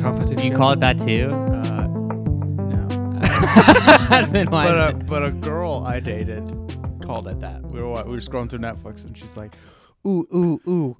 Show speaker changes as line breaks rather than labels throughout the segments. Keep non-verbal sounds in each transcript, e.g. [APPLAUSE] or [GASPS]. call it that
[LAUGHS]
too?
Uh, no.
then why
But uh,
is
a, but a girl I dated called it that. We were wa- we were scrolling through Netflix and she's like, "Ooh ooh ooh,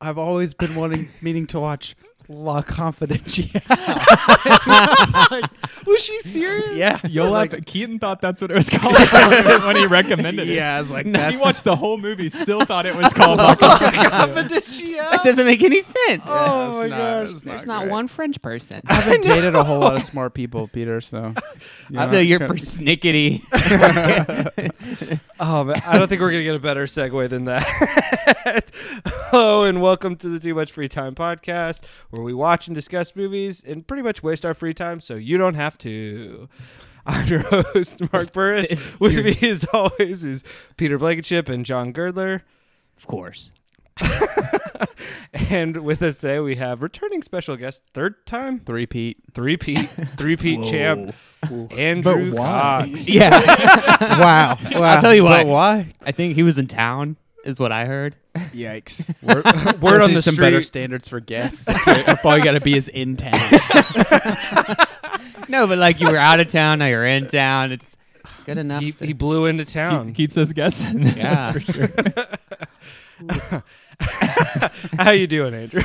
I've always been wanting meaning to watch La Confidentiale." [LAUGHS] I was like, was she serious? [LAUGHS]
Yeah,
I
you'll
was
laugh.
like-
Keaton thought that's what it was called [LAUGHS]
[LAUGHS]
when he recommended it.
Yeah, I was like,
he
that's
watched the whole
[LAUGHS]
movie, still thought it was called.
Confidentiale.
that doesn't make any sense.
Oh my
not-
gosh,
it's
There's not
great.
one French person.
[LAUGHS] I haven't dated a whole lot [LAUGHS] of smart people, Peter. So, you
[LAUGHS]
know,
so you're
kinda- [LAUGHS]
persnickety.
Oh man, I don't think we're gonna get a better segue than that. [LAUGHS] Hello and welcome to the Too Much Free Time podcast, where we watch and discuss movies and pretty much waste our free time so you don't have to. I'm your [LAUGHS] host, Mark Burris. With me, as always, is Peter Blankenship and John Girdler.
of course.
And with us today, we have returning special guest, third time,
three Pete.
three [LAUGHS] peat, three peat champ, Andrew
But why?
Cox.
[LAUGHS]
Yeah.
[LAUGHS] wow,
I'll tell you
But
what.
why?
I think he was in town, is what I heard.
Yikes. [LAUGHS]
Word,
Word
word on the
some better
street.
standards for [LAUGHS] guests. If all you gotta be is in town.
No, but like you were out of town, now you're in town. It's good enough.
He,
[LAUGHS] to-
he blew into town.
Keep, [LAUGHS] keeps us guessing.
Yeah.
that's for sure.
How you doing, Andrew?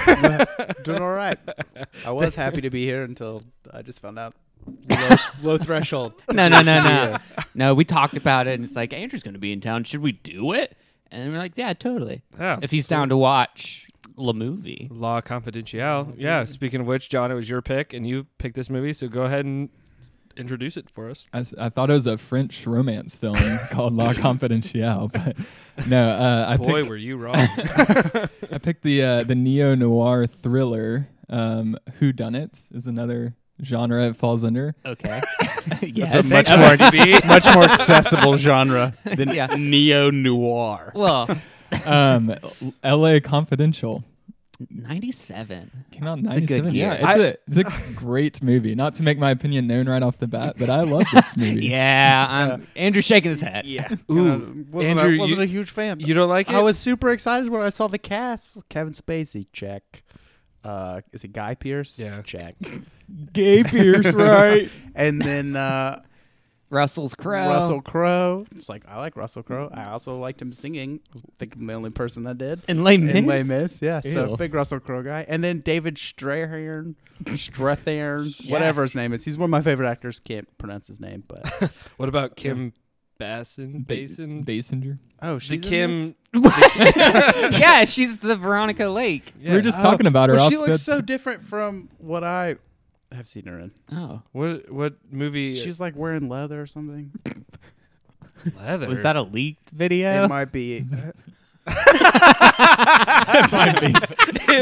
Doing all right. I was happy to be here until I just found out low, low threshold.
no, no, no, no. No, we talked about it, and it's like Andrew's going to be in town. Should we do it? And we're like, yeah, totally.
[LAUGHS] Yeah,
if he's
so-
down to watch the movie.
Law Confidential.
Mm-hmm.
Yeah. Speaking of which, John, it was your pick, and you picked this movie, so go ahead and introduce it for us.
I, s- I thought it was a French romance film called La Confidentiale, but no, uh, I
Boy,
picked
were you wrong.
I picked the uh, the neo noir thriller. Um, Who Done It is another genre it falls under.
Okay. [LAUGHS]
It's
yes.
a much more much more accessible genre
[LAUGHS]
than
Yeah.
neo noir.
well,
Um, L.A. Confidential
97.
came out in
It's a good
'97. Yeah,
year.
it's a it's a great movie. Not to make my opinion known right off the bat, but I love
[LAUGHS]
this movie.
Yeah. I'm, Andrew's shaking his head. [LAUGHS]
[LAUGHS] Yeah.
Ooh,
wasn't
Andrew,
I, wasn't
you-
a huge
[LAUGHS]
fan.
you don't like it?
I was super excited when I saw the cast. Kevin Spacey, check. Uh, is it Guy Pierce?
Yeah.
Check.
Gay [LAUGHS] Pierce, right?
And then [LAUGHS] uh,
Russell's Crowe.
Russell Crowe. It's like I like Russell Crowe. I also liked him singing. I think I'm the only person that did.
And Les Mis.
In Les Mis, yeah. So
Ew.
big Russell Crowe guy. And then David Strahan,
[LAUGHS]
Strathairn, whatever his name is. He's one of my favorite actors. Can't pronounce his name,
[LAUGHS]
but
What about Kim Bassin? Basin?
Basinger.
oh,
the
she's in this?
Kim.
[LAUGHS] yeah, she's the Veronica Lake.
Yeah.
We were just
Oh,
talking about her.
Well,
off
she looks
the-
so different from what I have seen her in.
Oh.
What what movie?
She's like wearing leather or something.
leather.
Was that a leaked video?
It
[LAUGHS]
might be.
It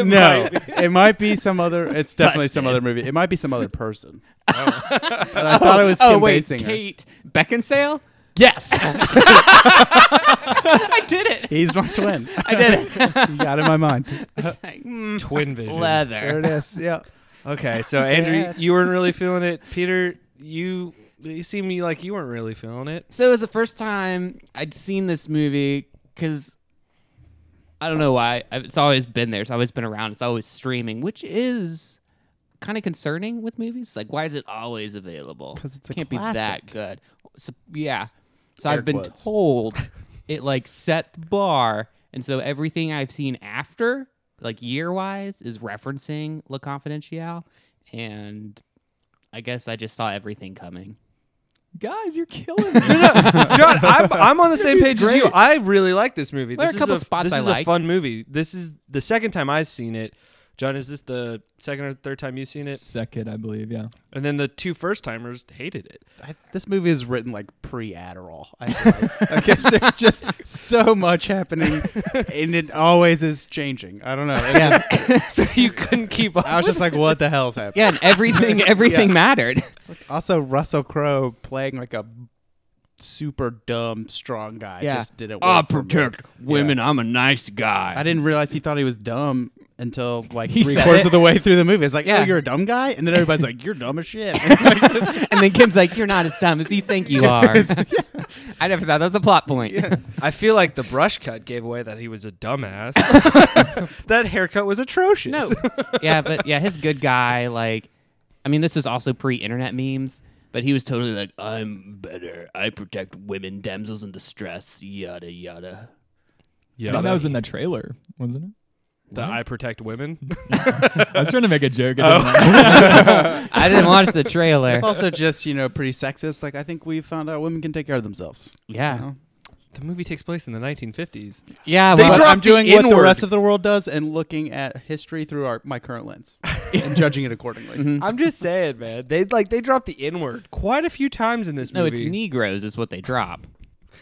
no,
might be.
it might be some other. It's definitely some
Busted.
other movie. It might be some other person.
Oh,
[LAUGHS]
but I thought it was Kim
oh, wait.
Basinger.
Kate Beckinsale? [LAUGHS]
Yes,
I did [LAUGHS] it.
he's my twin.
I did it.
[LAUGHS] you got it in my mind.
It's like, mm,
Twin vision.
There
leather.
it is. Yeah.
Okay, so Andrew,
Yeah.
you weren't really feeling it. Peter, you you seem like you weren't really feeling it.
So it was the first time I'd seen this movie because I don't know why. I- It's always been there. It's always been around. It's always streaming, which is kind of concerning with movies. Like, why is it always available?
'Cause it's a
it can't be
classic.
that good. So, yeah. So
Air
I've been
quotes.
told
[LAUGHS]
it like set the bar, and so everything I've seen after, like year wise, is referencing La Confidentiale, and I guess I just saw everything coming.
guys, you're killing
[LAUGHS]
me.
John, I'm, I'm on the same page as you.
great.
I really like this movie.
There are
this
a couple
is a,
spots
this
I
is a
like.
fun movie. This is the second time I've seen it. John, is this the second or third time you've seen it?
Second, I believe. Yeah.
And then the two first timers hated it.
[LAUGHS] I, this movie is written like pre Adderall. I feel like. Okay, so there's just so much happening, and it always is changing. I don't know. It
Yeah.
[LAUGHS]
just-
so you couldn't keep up.
I was just like, what the hell's happening?
Yeah, and everything everything mattered. [LAUGHS]
Also, Russell Crowe playing like a super dumb strong guy
Yeah.
just didn't.
Ah,
work for me.
Oh, I'm a nice guy.
I didn't realize he thought he was dumb until like
He
three
said
quarters
it.
of the way through the movie. It's like,
Yeah.
oh, you're a dumb guy, and then everybody's like, you're dumb as
[LAUGHS]
shit. It's like,
and then Kim's like, "You're not as dumb as you think you are." [LAUGHS] I never thought that was a plot point. [LAUGHS]
I feel like the brush cut gave away that he was a dumbass. [LAUGHS] that haircut was atrocious. [LAUGHS]
No, yeah, but yeah, his good guy like I mean, this was also pre-internet memes, but he was totally like, "I'm better. I protect women, damsels in distress, yada yada."
Yeah,
that was in the trailer, wasn't it?
the I protect women. [LAUGHS]
I was trying to make a joke. I didn't
I didn't watch the trailer.
[LAUGHS] It's also just you know pretty sexist. Like I think we found out women can take care of themselves. You
Yeah,
know?
the movie takes place in the 1950s.
yeah.
They
Well,
I'm
dropped the
doing what the
N-word.
rest of the world does and looking at history through our, my current lens and judging it accordingly.
I'm just saying, man. They like they dropped the N word quite a few times in this
no, it's
movie.
Negroes is what they drop.
[LAUGHS]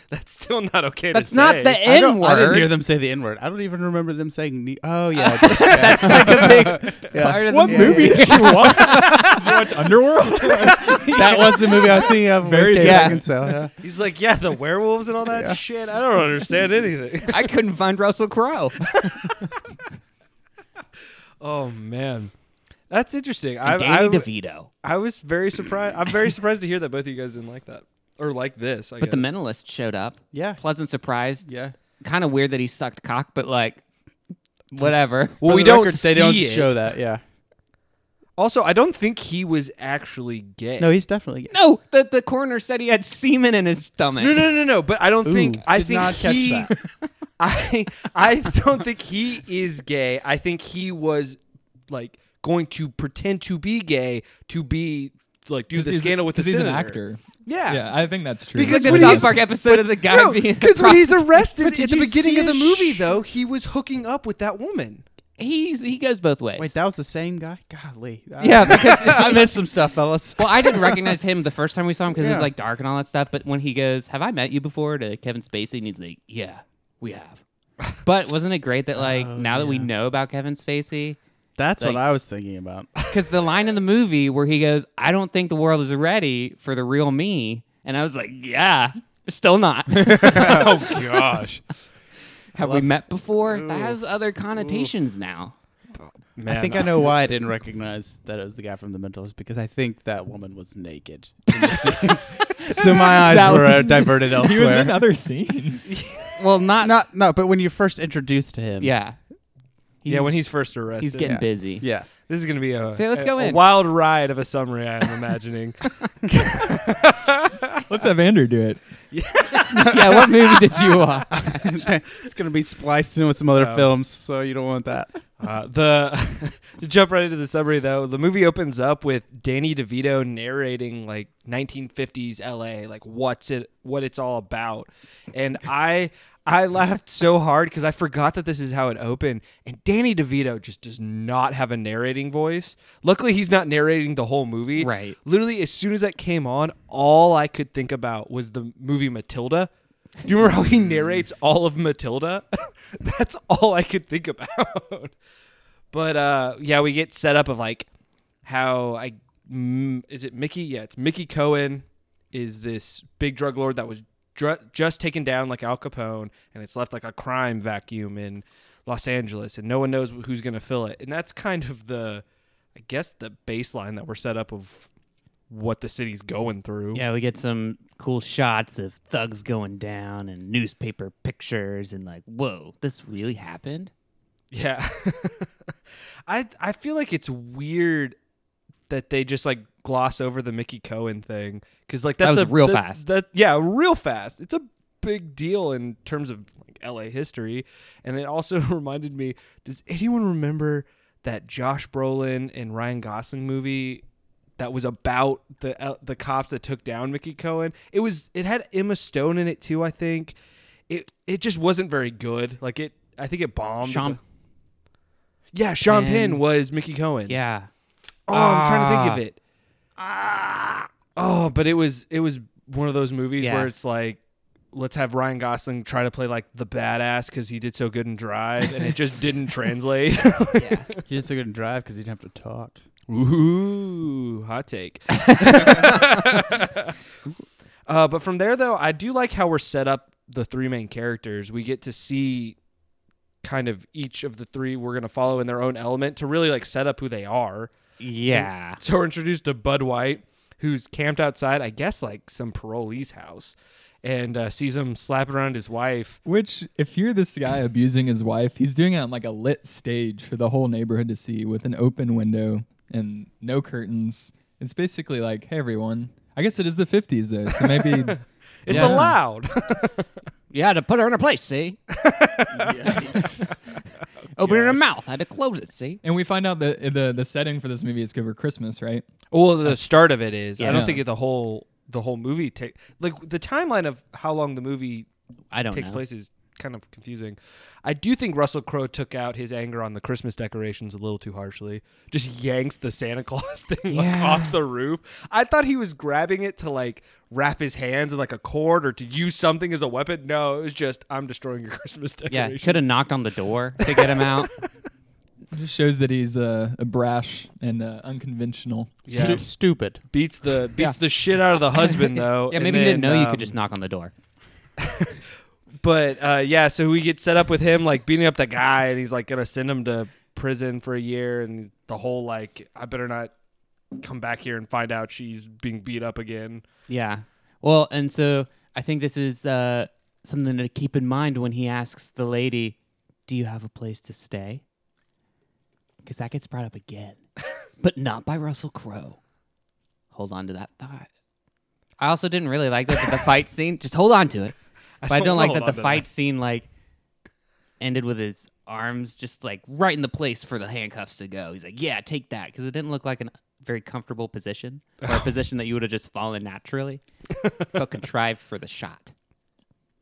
That's still not okay. to
That's not
say.
the
I don't-
N
I didn't hear
word.
them say the N word. I don't even remember them saying. Ne- oh yeah, I did. Yeah.
Like a big
[LAUGHS] Yeah.
part of
What
the
movie did you watch? did you watch [LAUGHS] Underworld?
that was the movie I was thinking of. Very
Very
good.
yeah. Beckinsale. Yeah.
He's like, yeah, the werewolves and all that shit. I don't understand anything. [LAUGHS]
I couldn't find Russell Crowe.
oh man, that's interesting. I,
And
I,
Danny DeVito.
I was very surprised. I'm very surprised to hear that both of you guys didn't like that or like this. I
But the
guess.
mentalist showed up.
Yeah.
Pleasant surprise.
Yeah.
Kind of weird that he sucked cock, but like, whatever.
Well,
For
we
the
don't
record,
see
they don't
it.
show that. Yeah.
Also, I don't think he was actually gay.
No, he's definitely.
No, the, the coroner said he had semen in his stomach.
no, no, no, no. But I don't think I
did
think
not catch
he.
that.
[LAUGHS] I I don't think he is gay. I think he was like going to pretend to be gay to be like do the scandal with the
Because he's an
senator.
actor.
Yeah.
Yeah, I think that's true.
It's like
Because
the
when
South
he's-
Park episode of the
[LAUGHS]
guy
No,
being
because when he's
prostitute.
arrested
did
at the
you
beginning
see
of the
his
movie,
sh-
though, he was hooking up with that woman.
he's he goes both ways.
Wait, that was the same guy. Golly. I-
yeah, because
[LAUGHS]
[LAUGHS]
I missed some stuff,
[LAUGHS]
fellas.
well, I didn't recognize him the first time we saw him because it was
Yeah.
like dark and all that stuff. But when he goes, "Have I met you before?" to Kevin Spacey, and he's like, "Yeah, Oh, we have." But wasn't it great that like now that we know about Kevin Spacey,
That's
Like-
what I was thinking about.
because the line in the movie where he goes, "I don't think the world is ready for the real me," and I was like, "Yeah, still not."
[LAUGHS]
[LAUGHS]
oh [LAUGHS] gosh,
have we met before? That has other connotations now.
man!
I think I know why I didn't recognize that it was the guy from The Mentalist because I think that woman was naked. in [LAUGHS] the scene. so my eyes
That
were uh, [LAUGHS]
was-
diverted
he was in
elsewhere.
other scenes.
Well, not,
[LAUGHS] Not no, but when you're first introduced to him,
yeah.
yeah, when he's first arrested,
he's getting busy.
[LAUGHS] yeah.
This is gonna be a,
So let's
a-
go
a
in.
wild ride of a summary. I'm imagining.
Let's have Andrew do it.
[LAUGHS] yeah, what movie did
[LAUGHS]
you watch?
it's gonna be spliced in with some other
Oh.
films, so you don't want that.
Uh, the [LAUGHS] to jump right into the summary though, the movie opens up with Danny DeVito narrating like 1950s LA, like what's it, what it's all about, and I I laughed so hard because I forgot that this is how it opened, and Danny DeVito just does not have a narrating voice. Luckily, he's not narrating the whole movie.
Right.
Literally, as soon as that came on, all I could think about was the movie Matilda. Do you remember how he narrates all of Matilda? [LAUGHS] That's all I could think about. But uh, yeah, we get set up of like how I mm, is it Mickey? Yeah, it's Mickey Cohen is this big drug lord that was dr- just taken down like Al Capone, and it's left like a crime vacuum in Los Angeles, and no one knows who's gonna fill it. And that's kind of the, I guess, the baseline that we're set up of what the city's going through.
Yeah, we get some cool shots of thugs going down and newspaper pictures and like, whoa, this really happened?
Yeah. [LAUGHS] I I feel like it's weird that they just like gloss over the Mickey Cohen thing cuz like
That
that's
was
a,
real
that-
fast.
That yeah, real fast. It's a big deal in terms of like LA history and it also [LAUGHS] reminded me does anyone remember that Josh Brolin and Ryan Gosling movie that was about the uh, the cops that took down Mickey Cohen. It was it had Emma Stone in it too, I think. It it just wasn't very good. Like it I think it bombed.
Sean,
Yeah, Sean
Penn.
Penn was Mickey Cohen.
yeah.
Oh, I'm trying to
Ah.
think of it. Oh, but it was it was one of those movies
Yeah.
where it's like, let's have Ryan Gosling try to play like the badass because he did so good in Drive, and it just [LAUGHS] didn't translate.
He did so good in Drive because he didn't have to talk.
Ooh, hot take. [LAUGHS] uh, but from there, though, I do like how we're set up the three main characters. We get to see kind of each of the three we're going to follow in their own element to really like set up who they are.
Yeah.
So we're introduced to Bud White, who's camped outside, I guess, like some parolee's house, and uh, sees him slapping around his wife.
Which, if you're this guy abusing his wife, he's doing it on like a lit stage for the whole neighborhood to see with an open window and no curtains. It's basically like, hey everyone. I guess it is the 50s though, so maybe
It's
Yeah.
allowed.
You had to put her in her
[LAUGHS]
place, see? Open her mouth. I had to close it, see?
and we find out that the the setting for this movie is over Christmas, right?
well, the start of it is. I
Yeah.
don't think it, the whole the whole movie take like the timeline of how long the movie
I don't
takes
know.
place is kind of confusing. I do think Russell Crowe took out his anger on the Christmas decorations a little too harshly. Just yanks the Santa [LAUGHS] Claus thing like,
Yeah.
off the roof. I thought he was grabbing it to like wrap his hands in like a cord or to use something as a weapon. No, it was just I'm destroying your [LAUGHS] Christmas
Yeah,
decorations.
could have knocked on the door to get
[LAUGHS]
him out.
It just shows that he's uh, a brash and uh, unconventional.
Yeah.
Stu- stupid.
beats the beats the shit out of the husband though.
[LAUGHS] yeah,
and
maybe he didn't
then,
know you
um,
could just knock on the door.
But uh, yeah, so we get set up with him like beating up the guy, and he's like gonna send him to prison for a year, and the whole like I better not come back here and find out she's being beat up again.
Yeah. Well, and so I think this is uh, something to keep in mind when he asks the lady, "Do you have a place to stay?" Because that gets brought up again, [LAUGHS] but not by Russell Crowe. Hold on to that thought. I also didn't really like that the fight scene. Just hold on to it. But [LAUGHS] I
don't
don't, like
wanna
that
hold
the
on to
fight scene like ended with his arms just like right in the place for the handcuffs to go. He's like, "Yeah, take that," because it didn't look like a very comfortable position [LAUGHS] or a position that you would have just fallen [LAUGHS] naturally. felt contrived for the shot.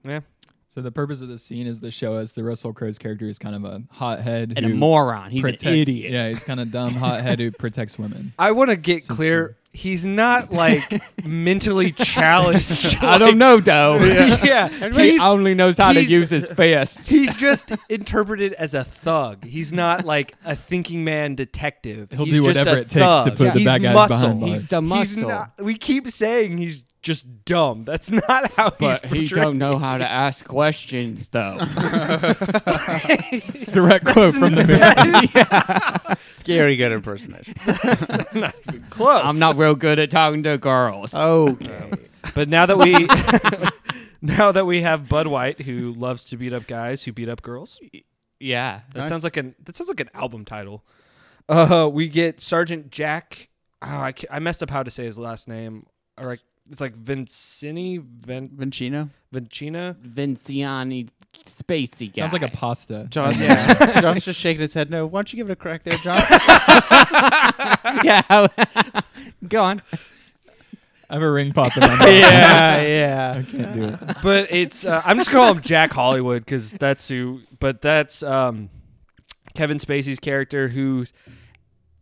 Yeah,
So the purpose of this scene is to show us the Russell Crowe's character is kind of a hothead
And a
who
moron. He's
protects,
an [LAUGHS] idiot.
Yeah, he's kind of dumb hothead who protects women.
I want to get clear. He's not
[LAUGHS]
like mentally challenged.
I don't know, though. [LAUGHS]
[LAUGHS]
yeah,
He
he's-
only knows how to
he's-
use his fists.
He's just interpreted as a thug. He's not like a thinking man detective.
He'll
He's
do
just
whatever
a
it takes to
thug.
put the
he's
bad guys
muscle.
behind
[LAUGHS]
bars.
He's the
He's
muscle.
not- we keep saying he's just dumb. That's [LAUGHS] not how
but he
he's
don't
portrayed.
know how to ask questions, though.
Direct quote from the movie.
Scary good impersonation.
not even close.
[LAUGHS] I'm not real good at talking to girls.
[LAUGHS] Oh. okay.
But now that [LAUGHS] we now that we have Bud White, who loves to beat up guys who beat up girls,
Yeah.
that
Nice.
sounds like an that sounds like an album title. Uh, we get Sergeant Jack. Oh, I, ca- I messed up how to say his last name. Or like it's like Vincini Ven,
Vincino.
Vincina.
Vinciani Spacey guy.
Sounds like a
[LAUGHS]
pasta.
John's, yeah. [LAUGHS] John's just shaking his head. No, why don't you give it a crack there, John?
yeah. [LAUGHS] Go on.
I have a ring pop in my
[LAUGHS] [LAUGHS]
mouth.
yeah, yeah.
I can't do it.
but it's uh, I'm just gonna call him Jack Hollywood because that's who. But that's um, Kevin Spacey's character. Who's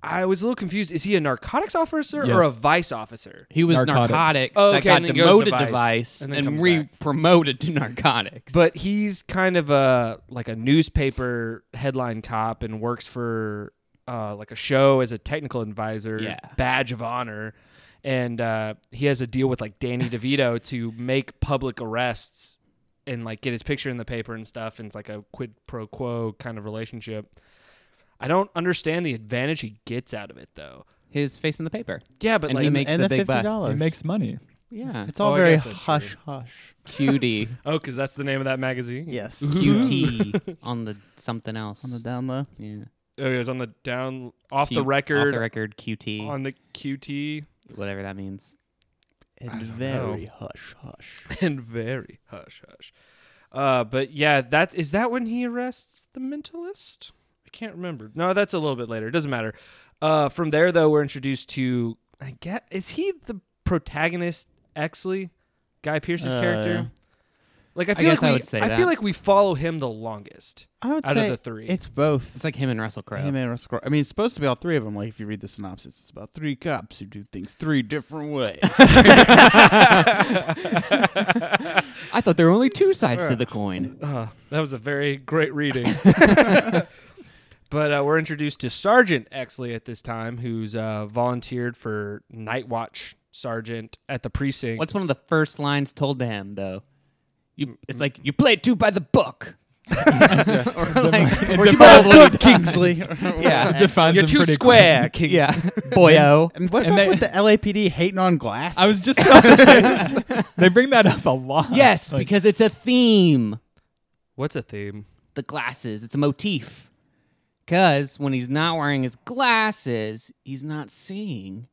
I was a little confused. Is he a narcotics officer or a
Yes.
vice officer?
He was narcotics,
Narcotics.
Oh,
that
okay,
got
and then goes to
demoted
Vice,
to Vice
and
and,
then comes back.
re-promoted to narcotics.
But he's kind of a like a newspaper headline cop and works for uh, like a show as a technical advisor,
Yeah.
badge of honor. And uh, he has a deal with like Danny
[LAUGHS]
DeVito to make public arrests and like get his picture in the paper and stuff. And it's like a quid pro quo kind of relationship. I don't understand the advantage he gets out of it though.
his face in the paper.
Yeah, but
And
like
he makes
and
the
the
big bucks.
$50.
It makes money.
Yeah.
It's all
Oh, I
very
guess that's true.
hush hush.
cutie.
oh, because that's the name of that magazine.
Yes.
QT on the something else.
[LAUGHS] On the down low.
yeah.
Oh, it was on the down off
Q-
the record,
Off the record, QT.
on the QT.
whatever that means.
And
don't
very
know.
hush hush.
and very hush hush. Uh, but yeah, that is that when he arrests the mentalist. I can't remember. No, that's a little bit later. It doesn't matter. Uh, from there though, we're introduced to I get is he the protagonist Exley, Guy Pierce's
Uh,
character. Like I
I
feel
guess
like
I
we,
would say
I
that.
feel like we follow him the longest
I would
out of
say
the three.
it's both.
It's like him and Russell Crowe.
Him and Russell Crowe. I mean, it's supposed to be all three of them. Like, if you read the synopsis, it's about three cops who do things three different ways.
[LAUGHS]
I thought there were only two sides to the coin.
Uh, that was a very great [LAUGHS] reading. but uh, we're introduced to Sergeant Exley at this time, who's uh, volunteered for night watch sergeant at the precinct.
What's one of the first lines told to him though? You, it's like you played two by the book. [LAUGHS] or like, or you both-
Kingsley.
[LAUGHS]
[LAUGHS]
yeah,
Defines
You're
him
too
pretty
square, King.
yeah, [LAUGHS]
[LAUGHS]
boyo.
[LAUGHS] And what's
And
up
they-
with the LAPD hating on glass?
I was just about to say this. They bring that up a lot.
Yes,
Like,
because it's a theme.
What's a theme?
The glasses. It's a motif. Because when he's not wearing his glasses, he's not seeing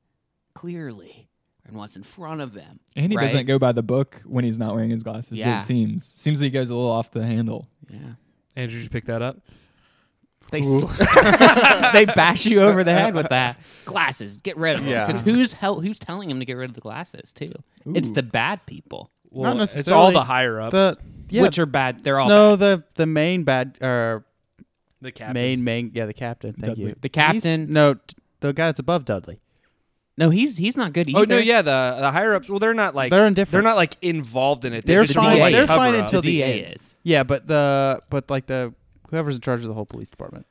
clearly and what's in front of them.
And he
right?
doesn't go by the book when he's not wearing his glasses.
Yeah.
It seems seems he goes a little off the handle.
Yeah.
Andrew, did you pick that up?
They [LAUGHS] s- they bash you over the head with that glasses. Get rid of them.
Yeah.
Because who's hel- who's telling him to get rid of the glasses too? It's the bad people,
Well, It's all
necessarily.
the higher ups.
The yeah,
which are bad. They're all
no the the main bad uh
the captain.
main main yeah the captain. Thank
Dudley.
you.
The
He's-
captain-
no, t- the guy that's above Dudley.
bad. No, he's he's not good either.
Oh no, yeah, the the higher ups. Well, they're not like
They're indifferent.
They're not like involved in it.
They're
just
fine-
do, like,
they're
cover
fine
up.
until
The
the
DA
end.
is.
Yeah, but the but like the whoever's in charge of the whole police department.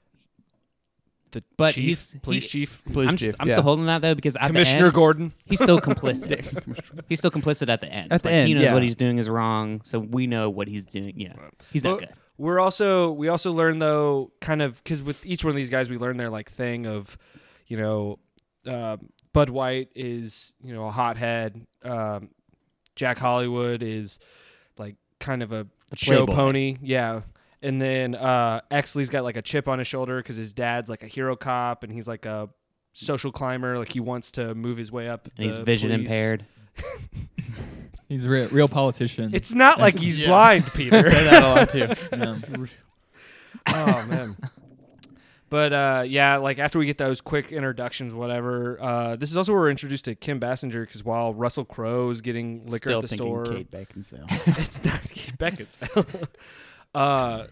the
But
chief,
he's-
police
he-
chief,
Police
I'm,
chief.
st- I'm
yeah.
still holding that though because at
Commissioner
the end,
Gordon.
he's
[LAUGHS]
still complicit. he's still complicit at the end.
At the
Like, he
end,
knows
yeah.
what he's doing is wrong, so we know what he's doing. Yeah, he's not
Well,
good.
We're also we also learn though kind of because with each one of these guys we learn their like thing of, you know, um, Bud White is you know a hothead. Um, Jack Hollywood is like kind of a show
playboy.
pony, yeah. And then uh, Exley's got like a chip on his shoulder because his dad's like a hero cop and he's like a social climber, like he wants to move his way up.
And he's
the
vision
police.
impaired.
He's a real, real politician.
It's not
[LAUGHS]
like he's
[LAUGHS]
Yeah.
blind, Peter.
say that a lot too.
Yeah.
oh man [LAUGHS] but uh, yeah like after we get those quick introductions whatever uh, this is also where we're introduced to kim bassinger because while russell crowe's getting liquor
still
at the
thinking
store
Kate Beckinsale. [LAUGHS]
it's not Kate Beckinsale. uh,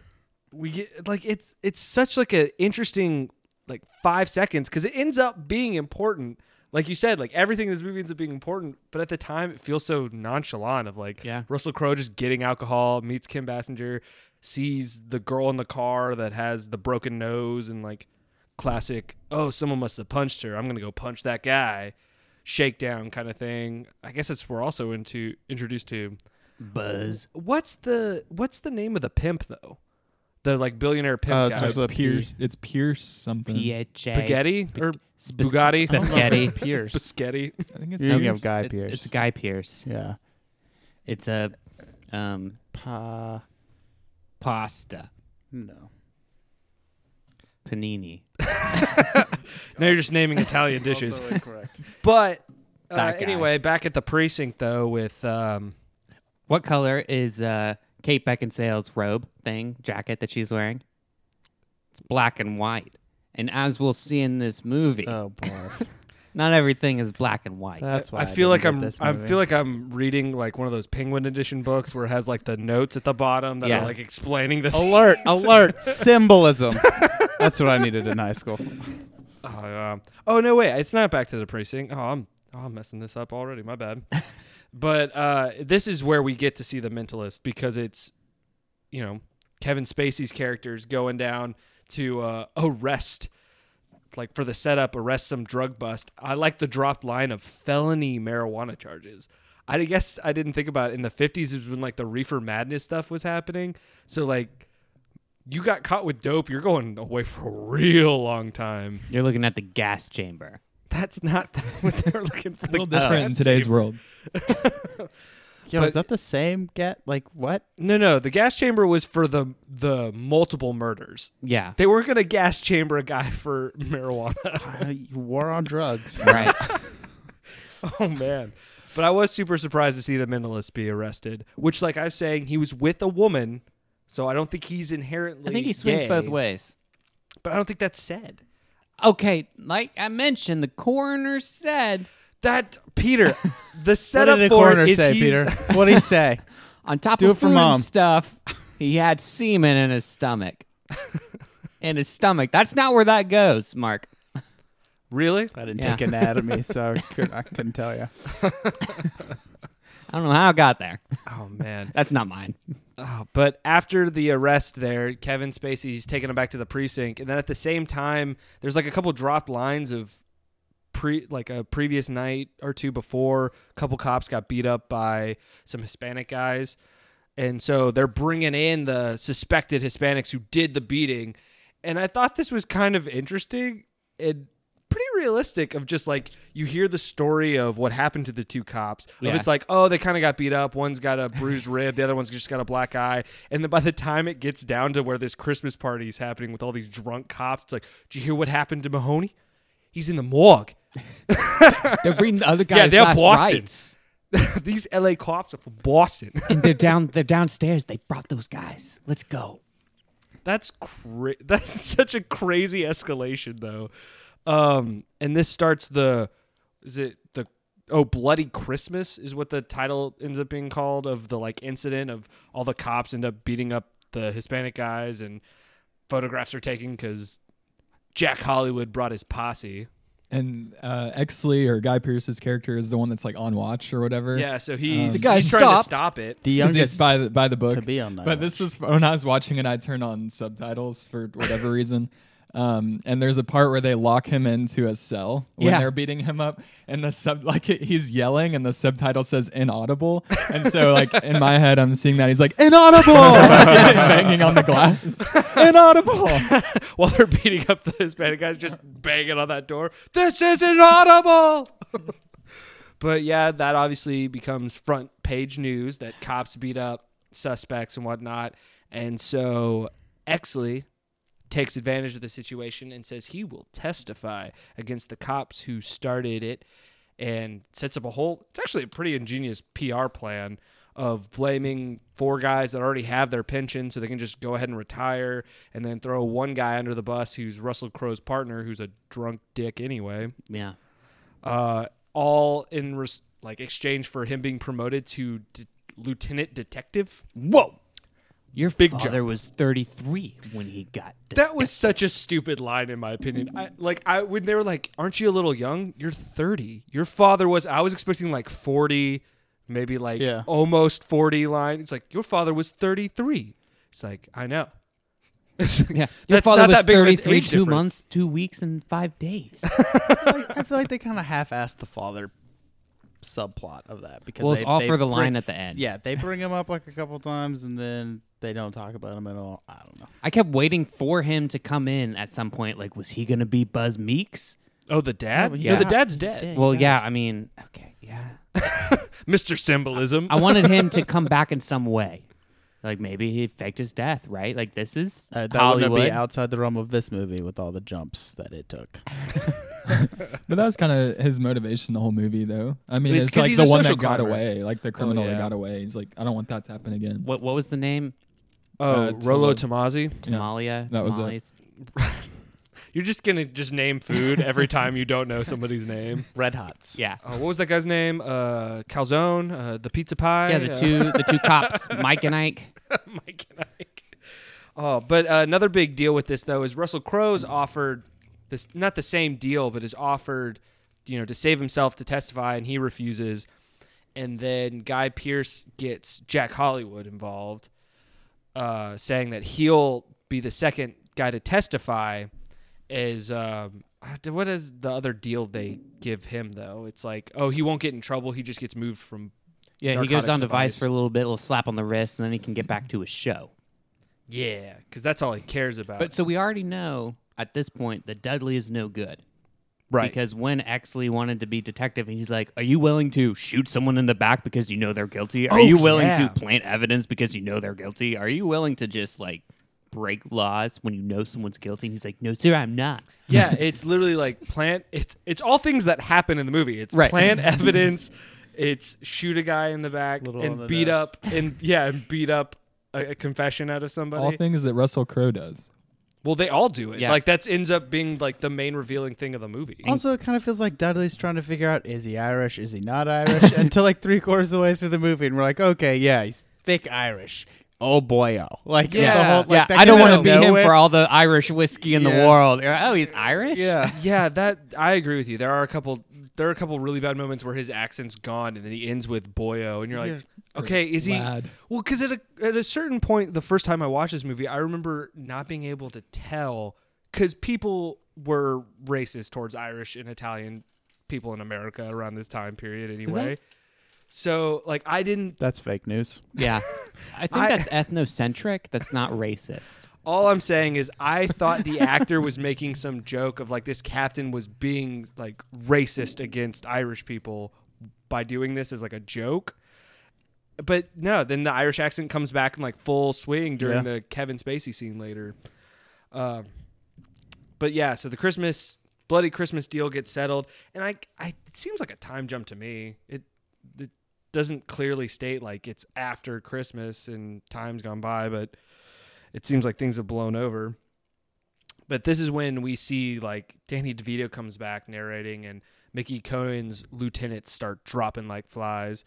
we get like it's it's such like an interesting like five seconds because it ends up being important. Like you said, like everything in this movie ends up being important, but at the time it feels so nonchalant of like
Yeah.
Russell Crowe just getting alcohol, meets Kim Bassinger, sees the girl in the car that has the broken nose and like classic, oh, someone must have punched her. I'm gonna go punch that guy. Shakedown kind of thing. I guess it's we're also into introduced to
Buzz.
What's the what's the name of the pimp though? The like billionaire pimp
Uh,
guy.
so it's
with a P.
Pierce. It's Pierce something.
PHA.
Mm. Spaghetti or
Sp-
Bugatti? [LAUGHS]
[LAUGHS] Biscotti.
Pierce.
Biscotti?
I think it's
You're thinking
Pierce.
of Guy
It-
Pierce.
It's Guy Pierce.
yeah.
It's a um,
Pa.
pasta
No.
panini.
now you're just naming
[LAUGHS]
Italian dishes.
incorrect.
[LAUGHS] But uh,
That guy.
anyway, back at the precinct though with um
What color is uh, Kate Beckinsale's robe thing jacket that she's wearing? It's black and white. And as we'll see in this movie,
Oh boy.
not everything is black and white.
That's why
I feel like
didn't
I'm
get this
I
movie.
feel like I'm reading like one of those Penguin edition books where it has like the notes at the bottom that
Yeah.
are like explaining the thing.
alert, alert, symbolism.
[LAUGHS]
That's what I needed in high school.
Oh, um, oh no, wait, it's not back to the precinct. Oh, I'm oh, I'm messing this up already. My bad. but uh, this is where we get to see the mentalist because it's you know Kevin Spacey's characters going down to uh, arrest. Like for the setup, arrest some drug bust. I like the drop line of felony marijuana charges. I guess I didn't think about it. in the fifties is when like the reefer madness stuff was happening. So like, you got caught with dope, you're going away for a real long time.
You're looking at the gas chamber.
That's not [LAUGHS] what they're looking for.
A
Uh,
little different in today's world.
Yo,
But-
is that the same get? Like what?
No, no, the gas chamber was for the the multiple murders.
[LAUGHS]
Yeah.
They weren't gonna gas chamber a guy for [LAUGHS] marijuana.
Uh, you war on drugs.
right.
oh man. But I was super surprised to see the mentalist be arrested. Which, like I was saying, he was with a woman, so I don't think he's inherently.
I think he swings
gay,
both ways.
But I don't think that's said.
Okay, like I mentioned, the coroner said
That
[LAUGHS]
Peter, the
What
setup
did the
for
coroner
it is
say,
he's-
[LAUGHS] Peter? What did he say?
on top
Do
of
it for
food and
Mom.
stuff, he had semen in his stomach. in his stomach. That's not where that goes, Mark.
[LAUGHS] Really?
I didn't
Yeah.
take anatomy, [LAUGHS] so I couldn't, I couldn't tell you.
I don't know how I got there.
Oh man.
That's not mine.
Oh, but after the arrest there, Kevin Spacey's taking him back to the precinct, and then at the same time, there's like a couple dropped lines of pre like a previous night or two before, a couple cops got beat up by some Hispanic guys. And so they're bringing in the suspected Hispanics who did the beating. And I thought this was kind of interesting and pretty realistic of just like you hear the story of what happened to the two cops. Of
Yeah.
It's like, oh, they kind of got beat up. One's got a bruised rib, the other one's just got a black eye. And then by the time it gets down to where this Christmas party is happening with all these drunk cops, it's like, did you hear what happened to Mahoney? He's in the morgue. [LAUGHS]
They're reading the other guys.
Yeah, they're
last
Boston.
rites.
These LA cops are from Boston.
and they're down. They're downstairs. They brought those guys. Let's go.
That's cra- [LAUGHS] that's such a crazy escalation though. Um and this starts the is it the oh bloody Christmas is what the title ends up being called of the like incident of all the cops end up beating up the Hispanic guys and photographs are taken cuz Jack Hollywood brought his posse.
And uh, Exley or Guy Pierce's character is the one that's like on watch or whatever.
Yeah, so he's,
The
guy
he's trying to
stopped.
stop it.
The
'Cause it's
youngest
by the, by the book.
to be on that.
But this was when I was watching it. I turned on subtitles for whatever [LAUGHS] reason. Um, and there's a part where they lock him into a cell when
Yeah.
they're beating him up, and the sub like he's yelling, and the subtitle says inaudible. And so like
[LAUGHS]
in my head, I'm seeing that he's like inaudible, [LAUGHS] banging on the glass, inaudible.
[LAUGHS] while they're beating up the Hispanic guys, just banging on that door. This is inaudible. [LAUGHS] but yeah, that obviously becomes front page news that cops beat up suspects and whatnot. And so Exley takes advantage of the situation and says he will testify against the cops who started it and sets up a whole it's actually a pretty ingenious PR plan of blaming four guys that already have their pension so they can just go ahead and retire and then throw one guy under the bus who's Russell Crowe's partner who's a drunk dick anyway
[LAUGHS] Yeah.
uh, all in res- like exchange for him being promoted to d- lieutenant detective
Whoa. Your
Big
father
jump.
was 33 when he got.
That was such a stupid line, in my opinion. I, like, I when they were like, "Aren't you a little young? You're 30. Your father was." I was expecting like 40, maybe like
Yeah.
almost 40 line. It's like your father was 33. It's like I know.
yeah. Your
That's
father
not
was
that big of an
33
age
two
difference.
months, two weeks, and
[LAUGHS]
five days.
I feel like they kind of half-assed the father subplot of that because
well, it's
they,
all
they
for the
bring-
line at the end.
Yeah, they bring him up like a couple times and then they don't talk about him at all. I don't know.
I kept waiting for him to come in at some point. Like, was he going to be Buzz Meeks?
Oh, the dad.
Yeah.
No, the dad's dead.
Well, yeah. I mean, okay. Yeah.
Mr. Symbolism.
[LAUGHS] I wanted him to come back in some way. Like, maybe he faked his death, right? Like, this is
Uh, that
Hollywood.
would be outside the realm of this movie with all the jumps that it took.
But that was kind of his motivation the whole movie, though. I mean,
It's
it's,
'cause
like
he's
the
a
one
social
that got
climber.
away, like the criminal
yeah.
that got away. He's like, I don't want that to happen again.
What, what was the name?
oh,
Uh,
Rolo
Tamalia.
Tomasi.
Yeah.
Tamalia.
That was it.
Tamales?
You're just gonna just name food every time you don't know somebody's
[LAUGHS]
name.
Red Hots.
Yeah.
Uh, what was that guy's name? Uh, calzone. Uh, the pizza pie.
Yeah, the
uh,
two the two [LAUGHS] cops, Mike and Ike.
[LAUGHS] Mike and Ike. Oh, but uh, another big deal with this though is Russell Crowe's offered this not the same deal, but is offered, you know, to save himself to testify, and he refuses. And then Guy Pierce gets Jack Hollywood involved, uh, saying that he'll be the second guy to testify. Is um, what is the other deal they give him though? It's like, oh, he won't get in trouble. He just gets moved from
Yeah, he
narcotics
goes on
to
to Vice
Vice.
for a little bit, a little slap on the wrist, and then he can get back to his show.
yeah, because that's all he cares about.
But so we already know at this point that Dudley is no good.
right.
Because when Exley wanted to be detective, he's like, "Are you willing to shoot someone in the back because you know they're guilty? Are
Oh,
you willing
yeah.
to plant evidence because you know they're guilty? Are you willing to just like break laws when you know someone's guilty?" And he's like, "No, sir, I'm not." [LAUGHS]
Yeah, it's literally like plant. It's it's all things that happen in the movie. It's
Right. [LAUGHS]
plant evidence. It's shoot a guy in the back
Little on
and
the
beat
nose.
up and yeah and beat up a, a confession out of
All
somebody.
things that Russell Crowe does.
well, they all do it.
Yeah.
Like that's ends up being like the main revealing thing of the movie.
Also, it kind of feels like Dudley's trying to figure out is he Irish, is he not Irish, [LAUGHS] until like three quarters of the way through the movie, and we're like, okay, yeah, he's thick Irish. Oh boy, oh, like
Yeah.
the whole, like,
yeah,
that
I don't
came
want
out
to
of
be him
nowhere.
for all the Irish whiskey in
Yeah.
the world. Oh, he's Irish.
Yeah,
[LAUGHS] yeah, that I agree with you. There are a couple. There are a couple really bad moments where his accent's gone, and then he ends with boyo, and you're like, okay, is he?
lad.
Well, because at a at a certain point, the first time I watched this movie, I remember not being able to tell because people were racist towards Irish and Italian people in America around this time period, anyway. So, like, I didn't.
that's fake news.
[LAUGHS]
Yeah. I think
I-
that's ethnocentric. That's not racist.
All I'm saying is, I thought the actor was making some joke of like this captain was being like racist against Irish people by doing this as like a joke. But no, then the Irish accent comes back in like full swing during
Yeah.
the Kevin Spacey scene later. Um, but yeah, so the Christmas bloody Christmas deal gets settled, and I, I it seems like a time jump to me. It, it doesn't clearly state like it's after Christmas and time's gone by, but it seems like things have blown over. But this is when we see like Danny DeVito comes back narrating, and Mickey Cohen's lieutenants start dropping like flies.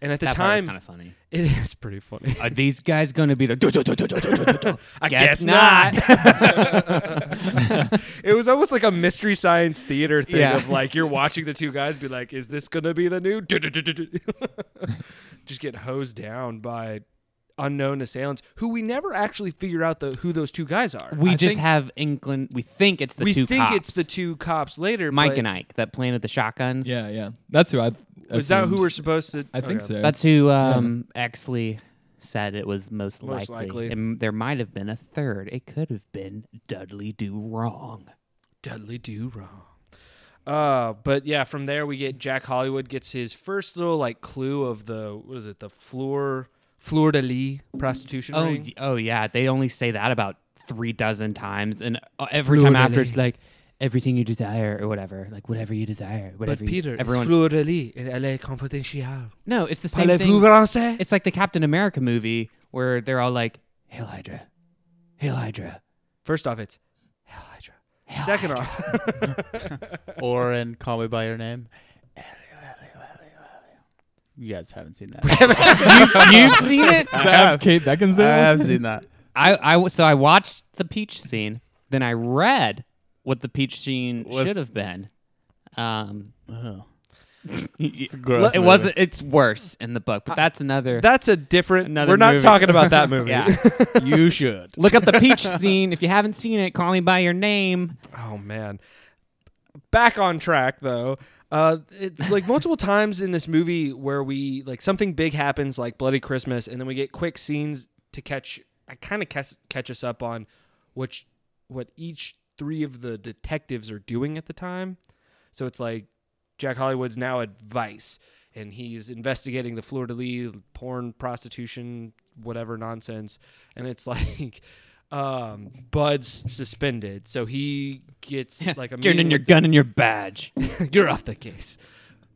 And at the
that part was
time,
kind of funny.
it is pretty funny.
Are these guys gonna be the?
I [LAUGHS] guess,
Guess
not.
[LAUGHS]
it was almost like a mystery science theater thing
Yeah.
of like you're watching the two guys be like, is this gonna be the new? [LAUGHS] Just get hosed down by unknown assailants who we never actually figure out the who those two guys are.
we
I
just
think-
have England. We think it's the
we
two.
think
cops.
it's the two cops later.
Mike
but
and Ike that planted the shotguns.
Yeah, yeah. That's who I.
Is that who
assumed.
we're supposed to?
I think
okay.
so.
That's who um, Exley said it was most,
Most likely.
And there might have been a third. It could have been Dudley Do Wrong.
Dudley Do Wrong. Uh, but yeah, from there we get Jack Hollywood gets his first little like clue of the what is it the floor fleur de lis prostitution
Oh,
ring.
y- oh yeah. They only say that about three dozen times, and uh, every time
Lord,
after
I-
it's like everything you desire or whatever, like whatever you desire, whatever.
But
you-
Peter, it's
everyone's-
fleur de lis in LA confidential.
no, it's the same
Parlez-vous
thing.
français?
It's like the Captain America movie where they're all like, "Hail Hydra, Hail Hydra."
First off, it's Hell Hydra. Second off,
or in Call Me by Your Name. You guys haven't seen
[LAUGHS]
that.
You've seen [LAUGHS] it?
Does that have Kate Beckinsale?
I have
[LAUGHS]
seen that.
I, I w- so I watched the peach scene, then I read what the peach scene
Was-
should have been. Um,
Oh. it's a gross
it
movie.
wasn't. It's worse in the book, but that's another.
that's a different.
Another
Uh, we're not
movie.
talking about
[LAUGHS]
that movie.
yeah.
You should.
Look up the peach scene if you haven't seen it. Call me by your [LAUGHS] name.
Oh man. Back on track though. Uh, it's like multiple times in this movie where we like something big happens, like Bloody Christmas, and then we get quick scenes to catch. I kind of catch catch us up on which what each three of the detectives are doing at the time. So it's like Jack Hollywood's now at Vice, and he's investigating the Fleur de Lis porn, prostitution, whatever nonsense. And it's [LAUGHS] like, um, Bud's suspended, so he gets like a
Turn in
meeting
your
with
gun and your badge.
the- [LAUGHS] you're off the case.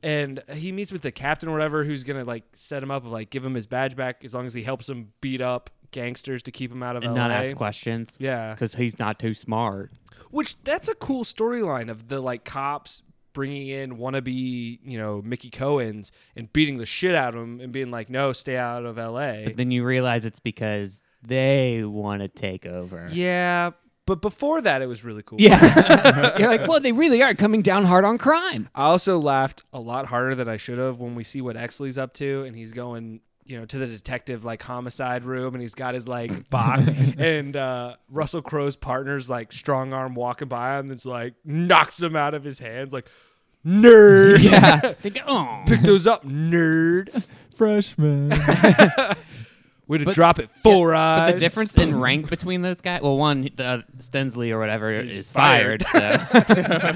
And he meets with the captain or whatever, who's gonna like set him up, of, like give him his badge back as long as he helps him beat up gangsters to keep him out of
And
LA.
not ask questions
Yeah,
because he's not too smart.
which that's a cool storyline of the like cops bringing in wannabe, you know, Mickey Cohen's and beating the shit out of him and being like, no, stay out of L.A.
But then you realize it's because they want to take over.
yeah, but before that, it was really cool.
Yeah. [LAUGHS] You're like, well, they really are coming down hard on crime.
I also laughed a lot harder than I should have when we see what Exley's up to, and he's going, you know, to the detective like homicide room, and he's got his
[LAUGHS]
like box, and uh, Russell Crowe's partner's like strong arm walking by him, and it's like knocks him out of his hands, like nerd,
[LAUGHS] Yeah. [LAUGHS] They go, "Oh."
[LAUGHS] pick those up, nerd.
[LAUGHS]
[LAUGHS]
Freshman.
Way to
But-
drop it four
But
eyes.
the difference in rank between those guys, well, one the uh, Stensley or whatever
He's
is fired.
[LAUGHS]
so.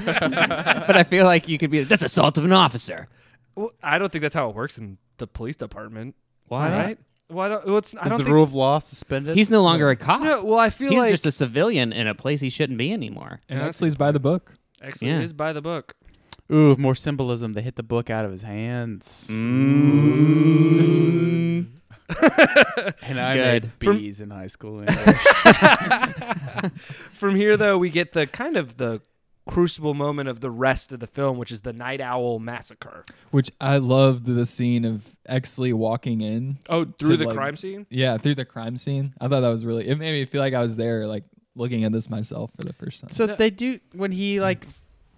but I feel like you could be that's assault of an officer.
Well, I don't think that's how it works in the police department,
Why?
right? Well, I don't. Well, it's, I
Is
don't
the
think.
rule of law suspended?
He's no longer a cop.
No, [LAUGHS] well, I feel
He's
like
just a civilian in a place he shouldn't be anymore.
and Exley's by the book.
Exley
yeah.
is by the book.
Ooh, more symbolism. They hit the book out of his hands. Mm. And I
good.
made
From-
B's in high school. [LAUGHS] English.
From here, though, we get the kind of the crucible moment of the rest of the film, which is the Night Owl Massacre.
Which I loved the scene of Exley walking in.
Oh,
through the crime
scene.
Yeah, through the crime scene. I thought that was really. It made me feel like I was there, like looking at this myself for the first time.
so they do when he like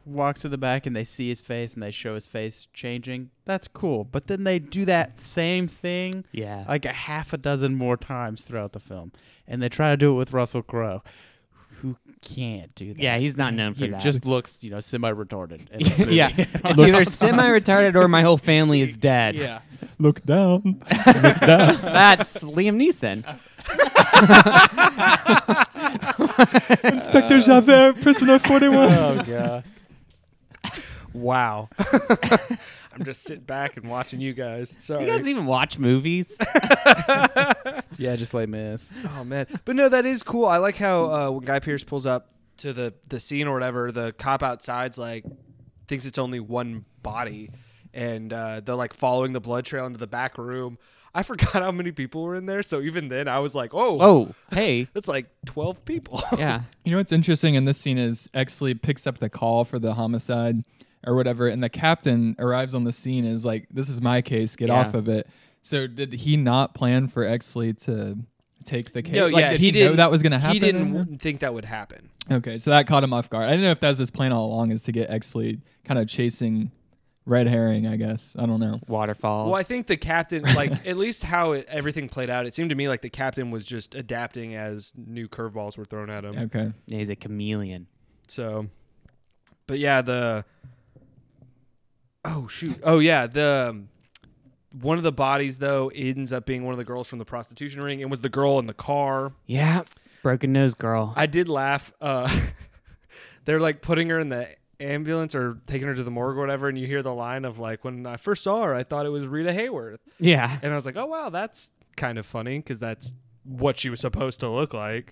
walks to the back and they see his face and they show his face changing. That's cool. But then they do that same thing
Yeah.
like a half a dozen more times throughout the film, and they try to do it with Russell Crowe, who can't do that.
yeah, he's not known for
He
that.
just looks you know semi retarded.
[LAUGHS] yeah. It's either semi retarded or my whole family is dead.
yeah.
[LAUGHS]
Look down.
[LAUGHS] That's Liam Neeson.
Inspector Javert, prisoner 41.
Oh god.
Wow. [LAUGHS] I'm just sitting back and watching you guys. Sorry.
You guys even watch movies?
Yeah, just like miss.
e- oh man. But no, that is cool. I like how uh, when Guy Pierce pulls up to the the scene or whatever, the cop outside's like thinks it's only one body, and uh, they're like following the blood trail into the back room. I forgot how many people were in there, so even then I was like, oh,
Oh, hey,
that's like twelve people.
yeah,
You know what's interesting in this scene is Exley picks up the call for the homicide or whatever, and the captain arrives on the scene and is like, "This is my case. Get
Yeah.
off of it." So did he not plan for Exley to take the case?
No,
Like,
yeah,
did
he,
he,
didn't
know that was going to happen.
He didn't w- think that would happen.
Okay, so that caught him off guard. I didn't know if that was his plan all along, is to get Exley kind of chasing red herring. I guess I don't know.
waterfalls.
Well, I think the captain, like at least how it, everything played out, it seemed to me like the captain was just adapting as new curveballs were thrown at him.
Okay,
yeah, he's a chameleon.
So, but yeah, the oh shoot, oh yeah, the um, one of the bodies though ends up being one of the girls from the prostitution ring, and was the girl in the car.
Yeah, broken nose girl.
I did laugh. Uh, [LAUGHS] they're like putting her in the ambulance or taking her to the morgue or whatever, and you hear the line of like, "When I first saw her, I thought it was Rita Hayworth,"
yeah,
and I was like, "Oh wow, that's kind of funny because that's what she was supposed to look like."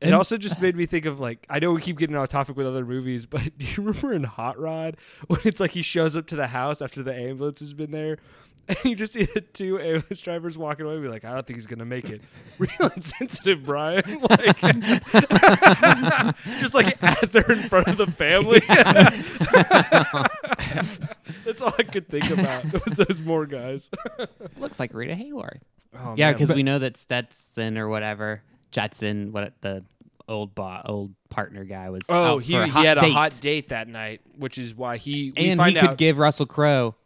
It
And-
also just made me think of like I know we keep getting off topic with other movies, but [LAUGHS] do you remember in Hot Rod when it's like he shows up to the house after the ambulance has been there, and you just see the two ambulance drivers walking away, be like, I don't think he's gonna make it. [LAUGHS] Real insensitive, Brian. [LAUGHS] Like just like at there in front of the family. [LAUGHS] That's all I could think about. Was those more guys.
looks like Rita Hayworth.
Oh,
yeah,
man.
because we know that Stetson or whatever Jetson, what the old bo- old partner guy was.
Oh,
out
he,
for a
he
hot
had
date.
a hot date that night, which is why he we
and
find
he could
out-
give Russell Crowe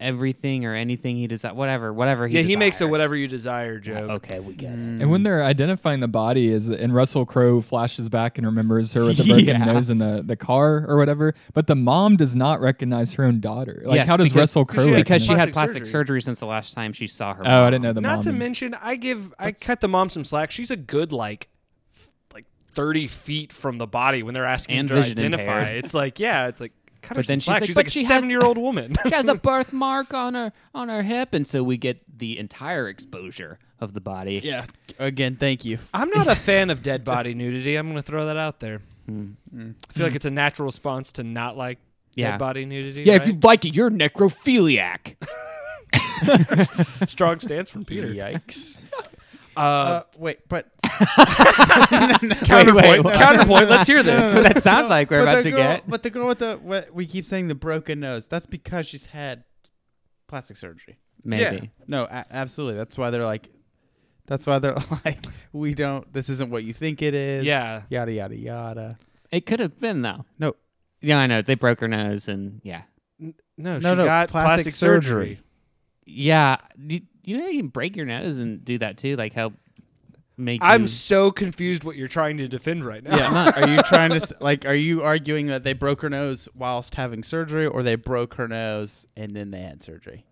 everything or anything he desires, whatever, whatever he.
yeah, he makes a
desires.
whatever you desire joke.
Okay, we get it.
and when they're identifying the body, is and Russell Crowe flashes back and remembers her with the
[LAUGHS]
broken
Yeah.
nose in the, the car or whatever, but the mom does not recognize her own daughter. Like,
Yes,
how does
because-
Russell
she-
Crowe?
Because she
recognize-
Plastic
had plastic surgery.
surgery.
since the last time she saw her.
oh, I
mom.
didn't know the
Not
mom.
to mention, I give I cut the mom some slack. She's a good like like thirty feet from the body when they're asking
And
her to
vision
identify.
impaired.
It's like yeah, it's like cut her
But then
some
she's
slack.
like,
she's
"But
like a
she has-
seven
[LAUGHS]
year old woman. [LAUGHS]
She has a birthmark on her on her hip, and so we get the entire exposure of the body.
Yeah. Again, thank you.
I'm not a fan of
[LAUGHS]
dead body nudity. I'm gonna throw that out there. I feel like it's a natural response to not like
Hmm. Yeah.
dead body nudity.
Yeah,
right?
if you like it, you're necrophiliac.
strong stance from
[LAUGHS]
Peter.
Yikes.
Uh,
Uh, wait, [LAUGHS] but
counterpoint.
[LAUGHS] wait, what?
counterpoint. Let's hear this.
so that sounds like we're
but
about
the
to
girl,
get.
But the girl with the what we keep saying the broken nose. That's because she's had plastic surgery.
Maybe.
No, a- absolutely. That's why they're like. That's why they're [LAUGHS] like, we don't. This isn't what you think it is.
Yeah.
Yada yada yada.
It could have been though.
No.
Yeah, I know. They broke her nose and yeah.
No,
No,
she
no,
got plastic,
plastic
surgery.
surgery.
Yeah. You, you know you can break your nose and do that too, like help make
I'm
you-
so confused what you're trying to defend right now.
Yeah. are you trying to s- like? Are you arguing that they broke her nose whilst having surgery, or they broke her nose and then they had surgery,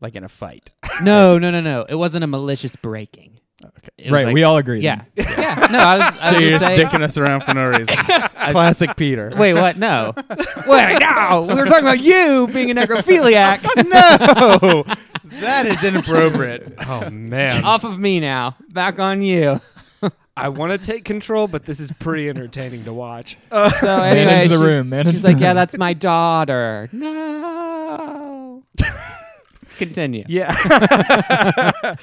like in a fight?
[LAUGHS] No, no, no, no. It wasn't a malicious breaking. Okay.
right, we all agree.
Yeah.
then.
Yeah. No, I was, I was just saying,
us around for [LAUGHS] no reason. Classic Peter.
[LAUGHS] Wait, what? No. Wait, no. We were talking about you being a necrophiliac.
[LAUGHS] no, that is [LAUGHS] inappropriate.
[LAUGHS] Oh man.
Off of me now. Back on you.
I want to take control, but this is pretty entertaining to watch.
So anyway,
Manage the
she's-
room, manage
she's
the
like, yeah,
room."
that's my daughter. No. Continue.
yeah. [LAUGHS] uh,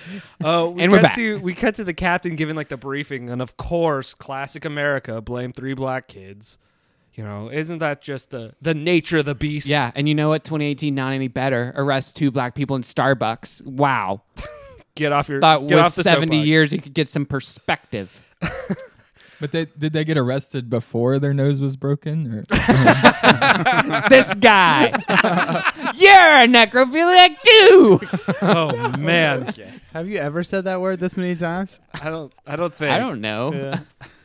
we
And we're
cut
back.
To, we cut to the captain giving like the briefing, and of course, classic America blame three black kids. You know, isn't that just the the nature of the beast?
Yeah, and you know what? 2018, not any better. Arrest two black people in Starbucks. Wow.
Get off your
Thought
get
with
off the
70
soapbox.
years, you could get some perspective. [LAUGHS]
But they, did they get arrested before their nose was broken?
[LAUGHS]
Or?
this guy. [LAUGHS] You're a necrophiliac [LAUGHS] too.
Oh man,
Have you ever said that word this many times?
[LAUGHS] I don't I don't think
I don't know.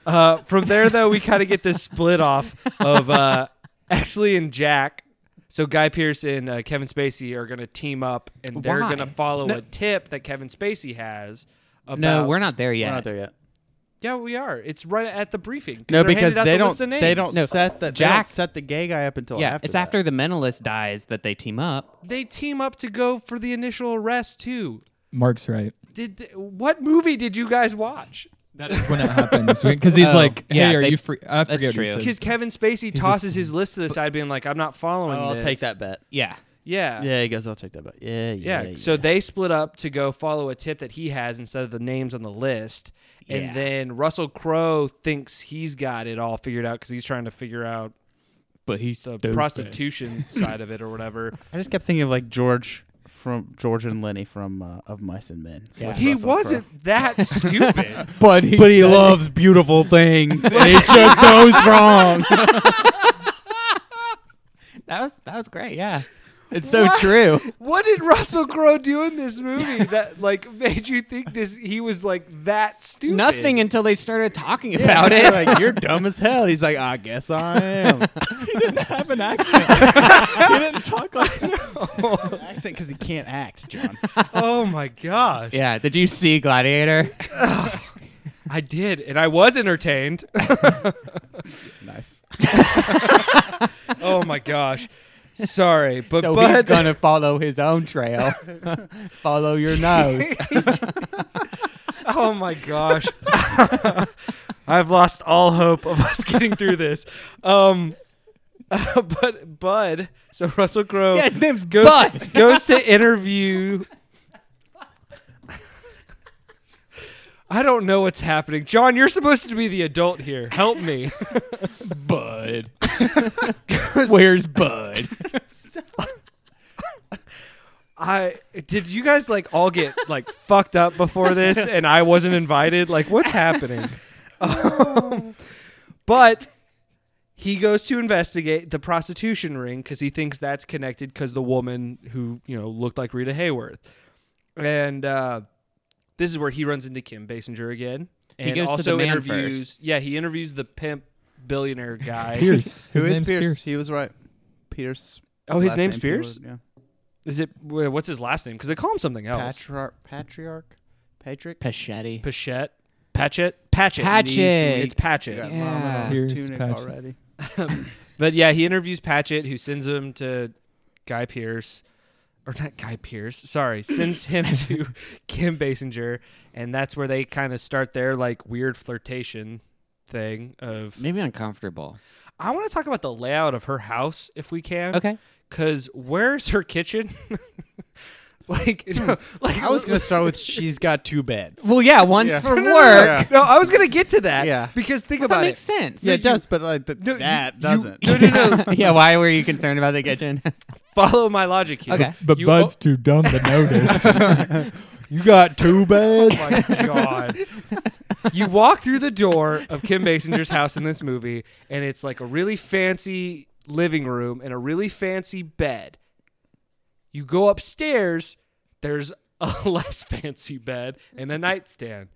Uh, from there, though, we kind of get this split off of uh, Exley and Jack. So Guy Pearce and uh, Kevin Spacey are going to team up, and they're
Why?
going to follow
No.
a tip that Kevin Spacey has. About,
No, we're not there yet.
yet.
Yeah, we are. It's right at the briefing.
No,
they're handed
because
out
they
the
don't.
list of
They
names.
don't
No,
set the. they
Jack-
don't set the gay guy up until
Yeah,
after.
it's
that.
after the mentalist dies that they team up.
They team up to go for the initial arrest too.
Mark's right.
Did what movie did you guys watch?
That is when it happens because he's
Oh,
like, "Hey,
yeah,
are
they-
you free?" I
that's
forget what he
true.
says.
Because Kevin Spacey tosses his list to the side, being like, "I'm not following."
Oh,
I'll
this."
take that bet.
Yeah.
Yeah.
Yeah, he goes, I'll take that bet. Yeah, yeah.
Yeah, so they split up to go follow a tip that he has instead of the names on the list. And
Yeah.
then Russell Crowe thinks he's got it all figured out because he's trying to figure out
But he's
the prostitution side of it or whatever.
I just kept thinking of like George from George and Lenny from uh, Of Mice and Men.
Yeah.
he
Russell Crowe.
wasn't [LAUGHS] that stupid.
but he,
But he loves beautiful things, and [LAUGHS] he just goes wrong.
That was that was great. Yeah.
it's so true.
what did Russell Crowe do in this movie that like made you think this he was like that stupid?
Nothing until they started talking [LAUGHS] about it.
like you're dumb as hell. He's like, I guess I am.
didn't have an accent. he didn't
[LAUGHS]
talk like.
Accent because he can't act, John.
[LAUGHS] oh my gosh.
Yeah. Did you see Gladiator?
I did, and I was entertained.
nice.
oh my gosh. Sorry, but
So he's
but
gonna follow his own trail. follow your nose.
[LAUGHS] Oh my gosh. I've lost all hope of us getting through this. Um [LAUGHS] but Bud, so Russell Crowe
yeah, his name's
goes, [LAUGHS]
Bud.
goes to
[LAUGHS]
interview I don't know what's happening. John, you're supposed to be the adult here. Help me.
[LAUGHS]
Bud. Where's Bud?
I did you guys like all get like [LAUGHS] fucked up before this and I wasn't invited? Like what's
[LAUGHS]
happening? [LAUGHS] Um, but he goes to investigate the prostitution ring cuz he thinks that's connected cuz the woman who, you know, looked like Rita Hayworth. And uh this is where he runs into Kim Basinger again. And
goes to
also
the man
interviews yeah, he interviews the pimp billionaire guy.
[LAUGHS]
Pierce.
Who
His
is
name's
Pierce? He was right. Pierce.
Oh, his
Last
name's
name
Pierce?
Yeah.
Is it what's his last name? Cuz they call him something
Oh.
else.
Patriarch. Patriarch. Patrick.
Pachetti.
Pachette. Patchett. Patchett.
Patchett.
It's Patchett.
Yeah,
Yeah.
Mama knows
Pierce
tunic
Patrick.
already.
But yeah, he interviews Patchett, who sends him to Guy Pierce, or not Guy Pierce. Sorry, sends
[LAUGHS]
him to Kim Basinger, and that's where they kind of start their like weird flirtation thing. Of
Maybe uncomfortable.
I want to talk about the layout of her house if we can.
Okay.
Because where's her kitchen? [LAUGHS] like, like
Hmm. I was gonna start with she's got two beds.
Well, yeah. One's [LAUGHS]
Yeah.
for
No, no, no,
work.
yeah.
No, I was gonna get to that.
Yeah.
Because think
That
about
makes
it.
sense.
Yeah, it does, but like th-
No, you-
that
you-
doesn't.
No, no, no.
[LAUGHS] yeah, why were you concerned about the kitchen?
Follow my logic here.
Okay.
But
You o-
Bud's too dumb to
[LAUGHS]
notice.
[LAUGHS] you got two beds.
my god. You walk through the door of Kim Basinger's house in this movie, and it's like a really fancy living room and a really fancy bed. You go upstairs, there's a [LAUGHS] less fancy bed and a nightstand.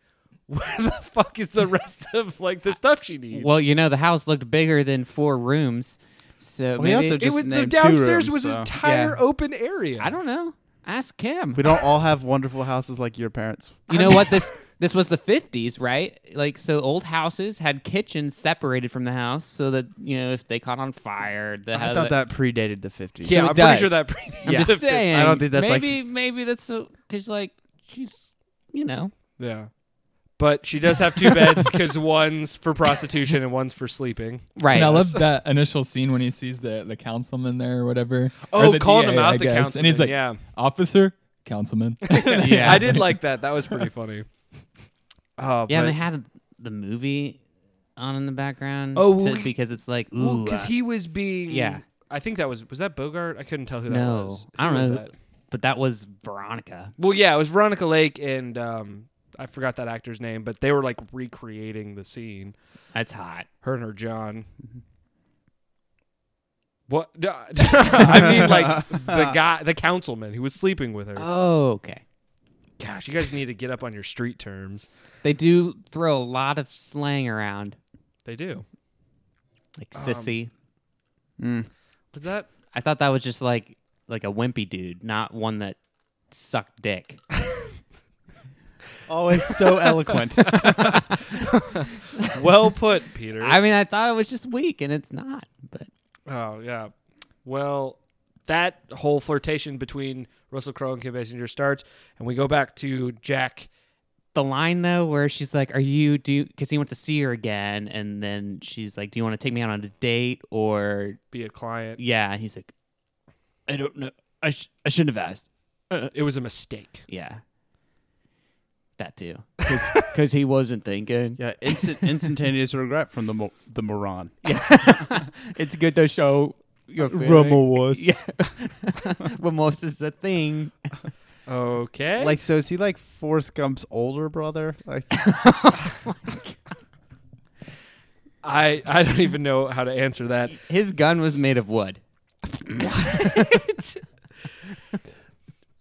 Where the fuck is the rest of like the stuff she needs?
[LAUGHS] well, you know, the house looked bigger than four rooms. So
he
maybe
also
it
just
was the
named two
downstairs
rooms,
was an
so-
entire
Yeah.
open area.
I don't know. Ask Kim.
We don't all have wonderful houses like your parents.
You know
[LAUGHS]
what this this was the 50s, right? Like so old houses had kitchens separated from the house so that, you know, if they caught on fire, the
I thought that predated the 50s.
Yeah,
So it
I'm
does.
pretty sure that. [LAUGHS] Pre-
I'm [LAUGHS] just saying.
I don't think that's like-
maybe maybe that's so cuz like she's, you know,
Yeah. But she does have two beds because one's for prostitution and one's for sleeping.
right.
And I love that initial scene when he sees the, the councilman there or whatever. or
Oh,
the
calling him
DA,
out
I
the
guess.
councilman.
And he's like,
yeah.
officer, councilman.
[LAUGHS]
[LAUGHS]
yeah. I did like that. That was pretty
[LAUGHS]
funny. Oh,
yeah, and
but-
they had the movie on in the background
Oh,
to-
we-
because it's like ooh.
well, because
uh,
he was being.
yeah.
I think that was was that Bogart. I couldn't tell who that
No,
was.
I don't
Who was
know.
that?
But that was Veronica.
Well, yeah, it was Veronica Lake and um, I forgot that actor's name, but they were like recreating the scene.
That's hot.
Her and her John. What [LAUGHS] I mean, like
[LAUGHS]
the guy, the councilman who was sleeping with her.
Oh, okay.
Gosh, you guys need to get up on your street terms.
They do throw a lot of slang around,
They do.
like sissy.
Was
[LAUGHS]
that
I thought that was just like like a wimpy dude, not one that sucked dick.
Always so eloquent.
well put, Peter?
I mean, I thought it was just weak, and it's not. But
Oh yeah. Well, that whole flirtation between Russell Crowe and Kim Basinger starts, and we go back to Jack
the line though where she's like, "Are you do?" Because he wants to see her again, and then she's like, "Do you want to take me out on a date?" Or
Be a client.
yeah, and he's like, "I don't know. I sh- I shouldn't have asked."
It was a mistake.
Yeah, that too, [LAUGHS] because he wasn't thinking.
[LAUGHS] Yeah, instant, instantaneous regret from the mo- the moron.
It's good to show your
was.
Yeah, remorse is a thing.
Okay.
[LAUGHS] Like, so is he like Forrest Gump's older brother? Like, [LAUGHS]
I I don't even know how to answer that.
His gun was made of wood.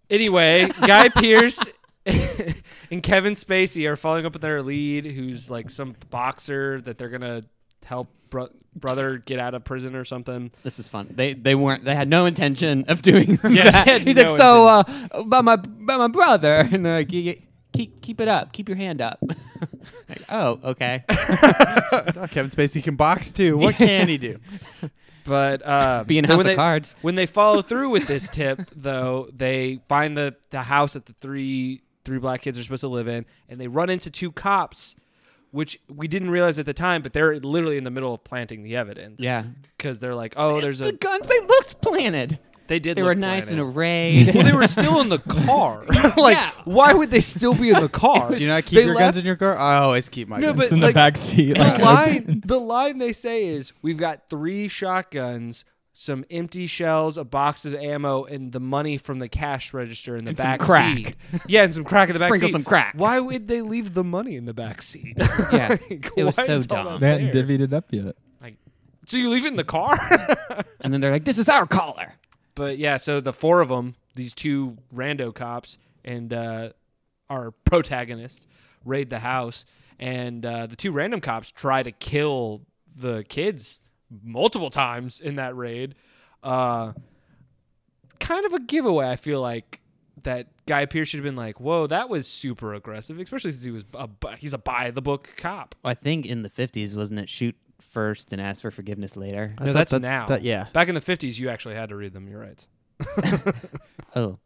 Anyway, Guy Pierce and Kevin Spacey are following up with their lead, who's like some boxer that they're gonna help bro- brother get out of prison or something.
This is fun. They they weren't. They had no intention of [LAUGHS] doing
Yeah,
that.
they had
He's
no
like, so uh, about my about my brother, [LAUGHS] and they're like, "Yeah, yeah, keep keep it up, keep your hand up. [LAUGHS] like, oh, [LAUGHS] okay.
oh, Kevin Spacey can box
[LAUGHS]
too. What can he do?
But uh,
Be in
but
House
when
of
they-
Cards.
When they follow through with this tip, [LAUGHS] though, they find the the house that the three three black kids are supposed to live in, and they run into two cops, which we didn't realize at the time, but they're literally in the middle of planting the evidence.
Yeah.
because they're like, oh, there's
the
a
guns they looked planted.
they did.
They
look
were nice
planted.
and [LAUGHS] arrayed.
Well, they were still in the car. like,
Yeah.
why would they still be in [LAUGHS] the car?
Do you not keep
They
your
left-
guns in your car? I always keep my
No,
guns.
but-
It's in
like,
the back seat.
the
Like,
line the line they say is we've got three shotguns some empty shells a box of ammo and the money from the cash register in the
And some
back
crack.
seat yeah and some crack in the back
Sprinkle
seat
some crack.
why would they leave the money in the back seat
yeah,
[LAUGHS] Like,
it was
why
so
is all
dumb.
[LAUGHS] they
that-
hadn't divvied it up
[LAUGHS]
yet.
like so you leave it in the car [LAUGHS]
And then they're like, "This is our collar."
but yeah so the four of them these two rando cops and uh, our [LAUGHS] protagonist raid the house and uh, the two random cops try to kill the kids multiple times in that raid uh, kind of a giveaway i feel like that guy pierce should have been like whoa that was super aggressive especially since he was a, bu- he's a by the book cop
Well, I think in the fifties, wasn't it? Shoot first and ask for forgiveness later.
I
no
thought
that's
that-
now
that- yeah.
back in the 50s you actually had to read them you're right
Oh.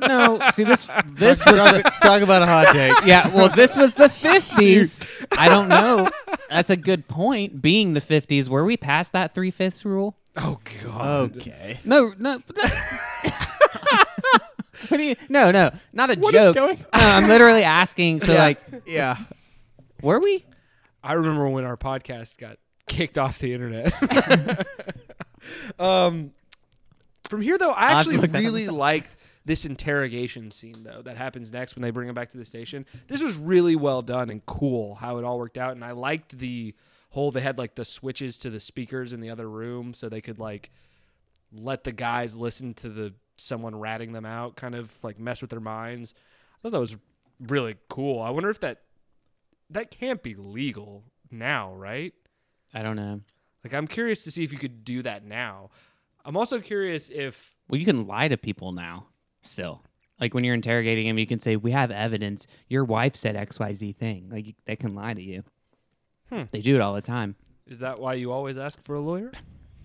No, see this this was
talk, talk about a hot take.
yeah, well, this was [LAUGHS] the 50s. I don't know. That's a good point. Being the 50s, were we past that three fifths rule?
oh god
Okay.
No, no. but [LAUGHS] that- what do you? No, no, not a joke. No, I'm literally asking. So, like,
Yeah.
were we?
I remember when our podcast got kicked off the internet.
[LAUGHS]
um, from here though, I
I'll have to
actually
look that up
really liked this interrogation scene though that happens next when they bring him back to the station. This was really well done and cool how it all worked out, and I liked the whole they had like the switches to the speakers in the other room so they could like let the guys listen to the someone ratting them out, kind of like mess with their minds. I thought that was really cool. I wonder if that that can't be legal now, right?
I don't know.
Like I'm curious to see if you could do that now. I'm also curious if
Well, you can lie to people now. Still, like when you're interrogating him, you can say, "We have evidence. Your wife said X, Y, Z thing." Like you- they can lie to you.
Hmm.
They do it all the time.
is that why you always ask for a lawyer?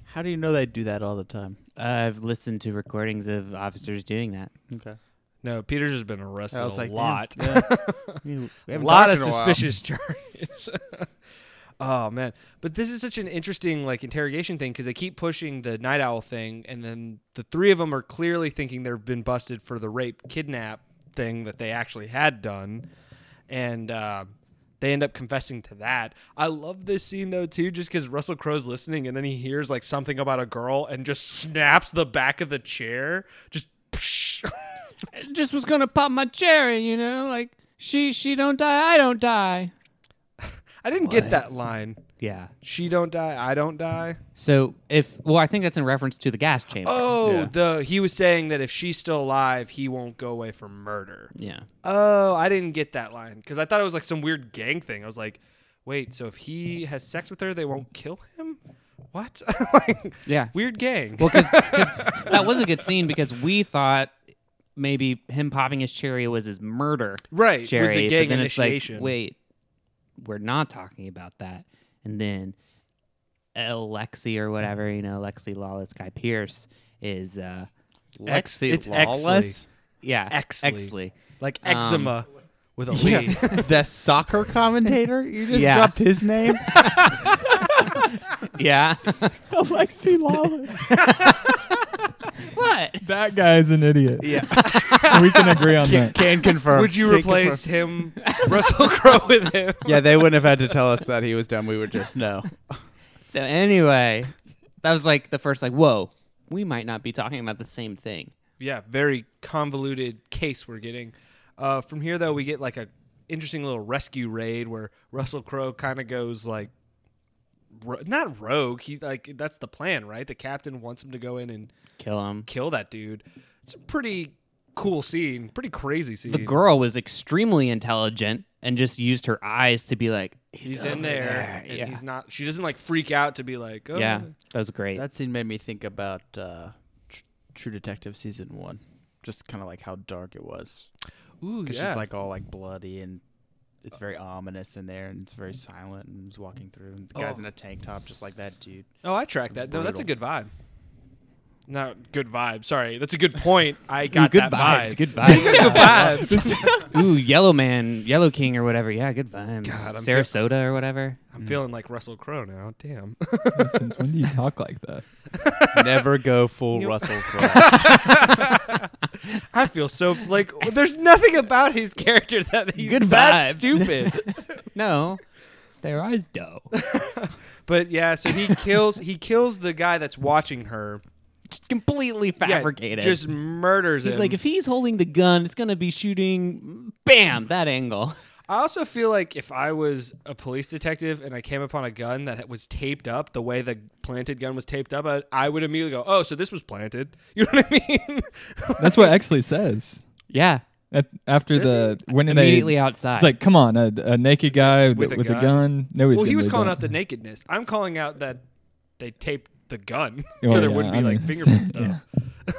How do you know they do that all the time?
I've listened to recordings of officers doing that.
Okay.
No, Peter's has been arrested
I was
a
like,
lot. [LAUGHS]
Yeah.
a lot of suspicious [LAUGHS] charges. oh man, but this is such an interesting like interrogation thing because they keep pushing the night owl thing, and then the three of them are clearly thinking they've been busted for the rape kidnap thing that they actually had done, and uh, they end up confessing to that. I love this scene though too, just because Russell Crowe's listening, and then he hears like something about a girl, and just snaps the back of the chair, just. [LAUGHS]
just was gonna pop my cherry, you know, like she she don't die, I don't die.
I didn't get that line.
Yeah.
She don't die, I don't die.
So if well, I think that's in reference to the gas chamber.
Oh,
Yeah.
the he was saying that if she's still alive, he won't go away for murder.
Yeah.
Oh, I didn't get that line because I thought it was like some weird gang thing. I was like, wait, so if he has sex with her, they won't kill him? What? [LAUGHS] like,
Yeah.
weird gang.
Well, because that was a good scene because we thought maybe him popping his cherry was his murder
[LAUGHS] right, it
cherry,
was a
but
gang
then
initiation.
it's like wait, we're not talking about that. And then Alexi or whatever you know, Lexi Lawless Guy Pierce is uh,
Ex-
Lexi
it's
Lawless?
Exley.
yeah
Exley.
Exley.
like
Um,
eczema. with a
Yeah.
lead. [LAUGHS]
the soccer commentator? You just
Yeah.
dropped his name?
Yeah. [LAUGHS]
Alexi Lawless.
what?
[LAUGHS] that guy's an idiot.
Yeah.
we can
[LAUGHS]
agree on
Can,
that.
can confirm.
Would you
Can
replace him, Russell Crowe, with him?
confirm. Yeah, they wouldn't have had to tell us that he was dumb. We would just know.
So anyway, that was like the first like, whoa, we might not be talking about the same thing.
yeah, very convoluted case we're getting. Uh, from here though, we get like a interesting little rescue raid where Russell Crowe kind of goes like, ro- not rogue. He's like that's the plan, right? The captain wants him to go in and
Kill him.
kill that dude. It's a pretty cool scene, pretty crazy scene.
The girl was extremely intelligent and just used her eyes to be like,
he's in there, and
yeah.
he's not. She doesn't like freak out to be like, oh,
yeah, that was great.
That scene made me think about uh, Tr- True Detective season one. Just kind of like how dark it was.
ooh,
It's
yeah.
just like all like bloody and it's very ominous in there and it's very silent and he's walking through and the guy's
Oh.
in a tank top just like that dude.
Oh, I track that. No, that's a good
Brutal.
vibe. Not good vibe. Sorry, that's a good point. I got
good
that
vibes,
vibe.
good
[LAUGHS] good vibes.
Ooh, Yellow Man, Yellow King or whatever. Yeah, good vibes.
God, I'm feel-
Sarasota or whatever.
I'm feeling like Russell Crowe now. Damn. [LAUGHS]
Since when do you talk like that?
[LAUGHS] Never go full Russell Crowe.
I feel so
[LAUGHS]
like there's nothing about his character that he's
Good
that
vibes.
stupid.
[LAUGHS] No, their eyes dough.
But yeah, so he kills he kills the guy that's watching her.
[LAUGHS] Just completely
Yeah,
fabricated.
just murders
He's
him.
like, if he's holding the gun, it's gonna be shooting. Bam, that angle.
I also feel like if I was a police detective and I came upon a gun that was taped up the way the planted gun was taped up, I, I would immediately go, "Oh, so this was planted." [LAUGHS] You know what I mean?
That's what Exley says.
Yeah,
At, after
Does
the when
immediately
they,
outside.
It's like, come on, a, a naked guy with,
With a
with
gun?
a gun. Nobody's
well, he
gonna
was
do
calling
that.
out the nakedness. I'm calling out that they taped the gun, [LAUGHS]
Oh,
Well,
so there
yeah,
wouldn't be
I
like
[LAUGHS]
mean,
fingerprint stuff.
yeah.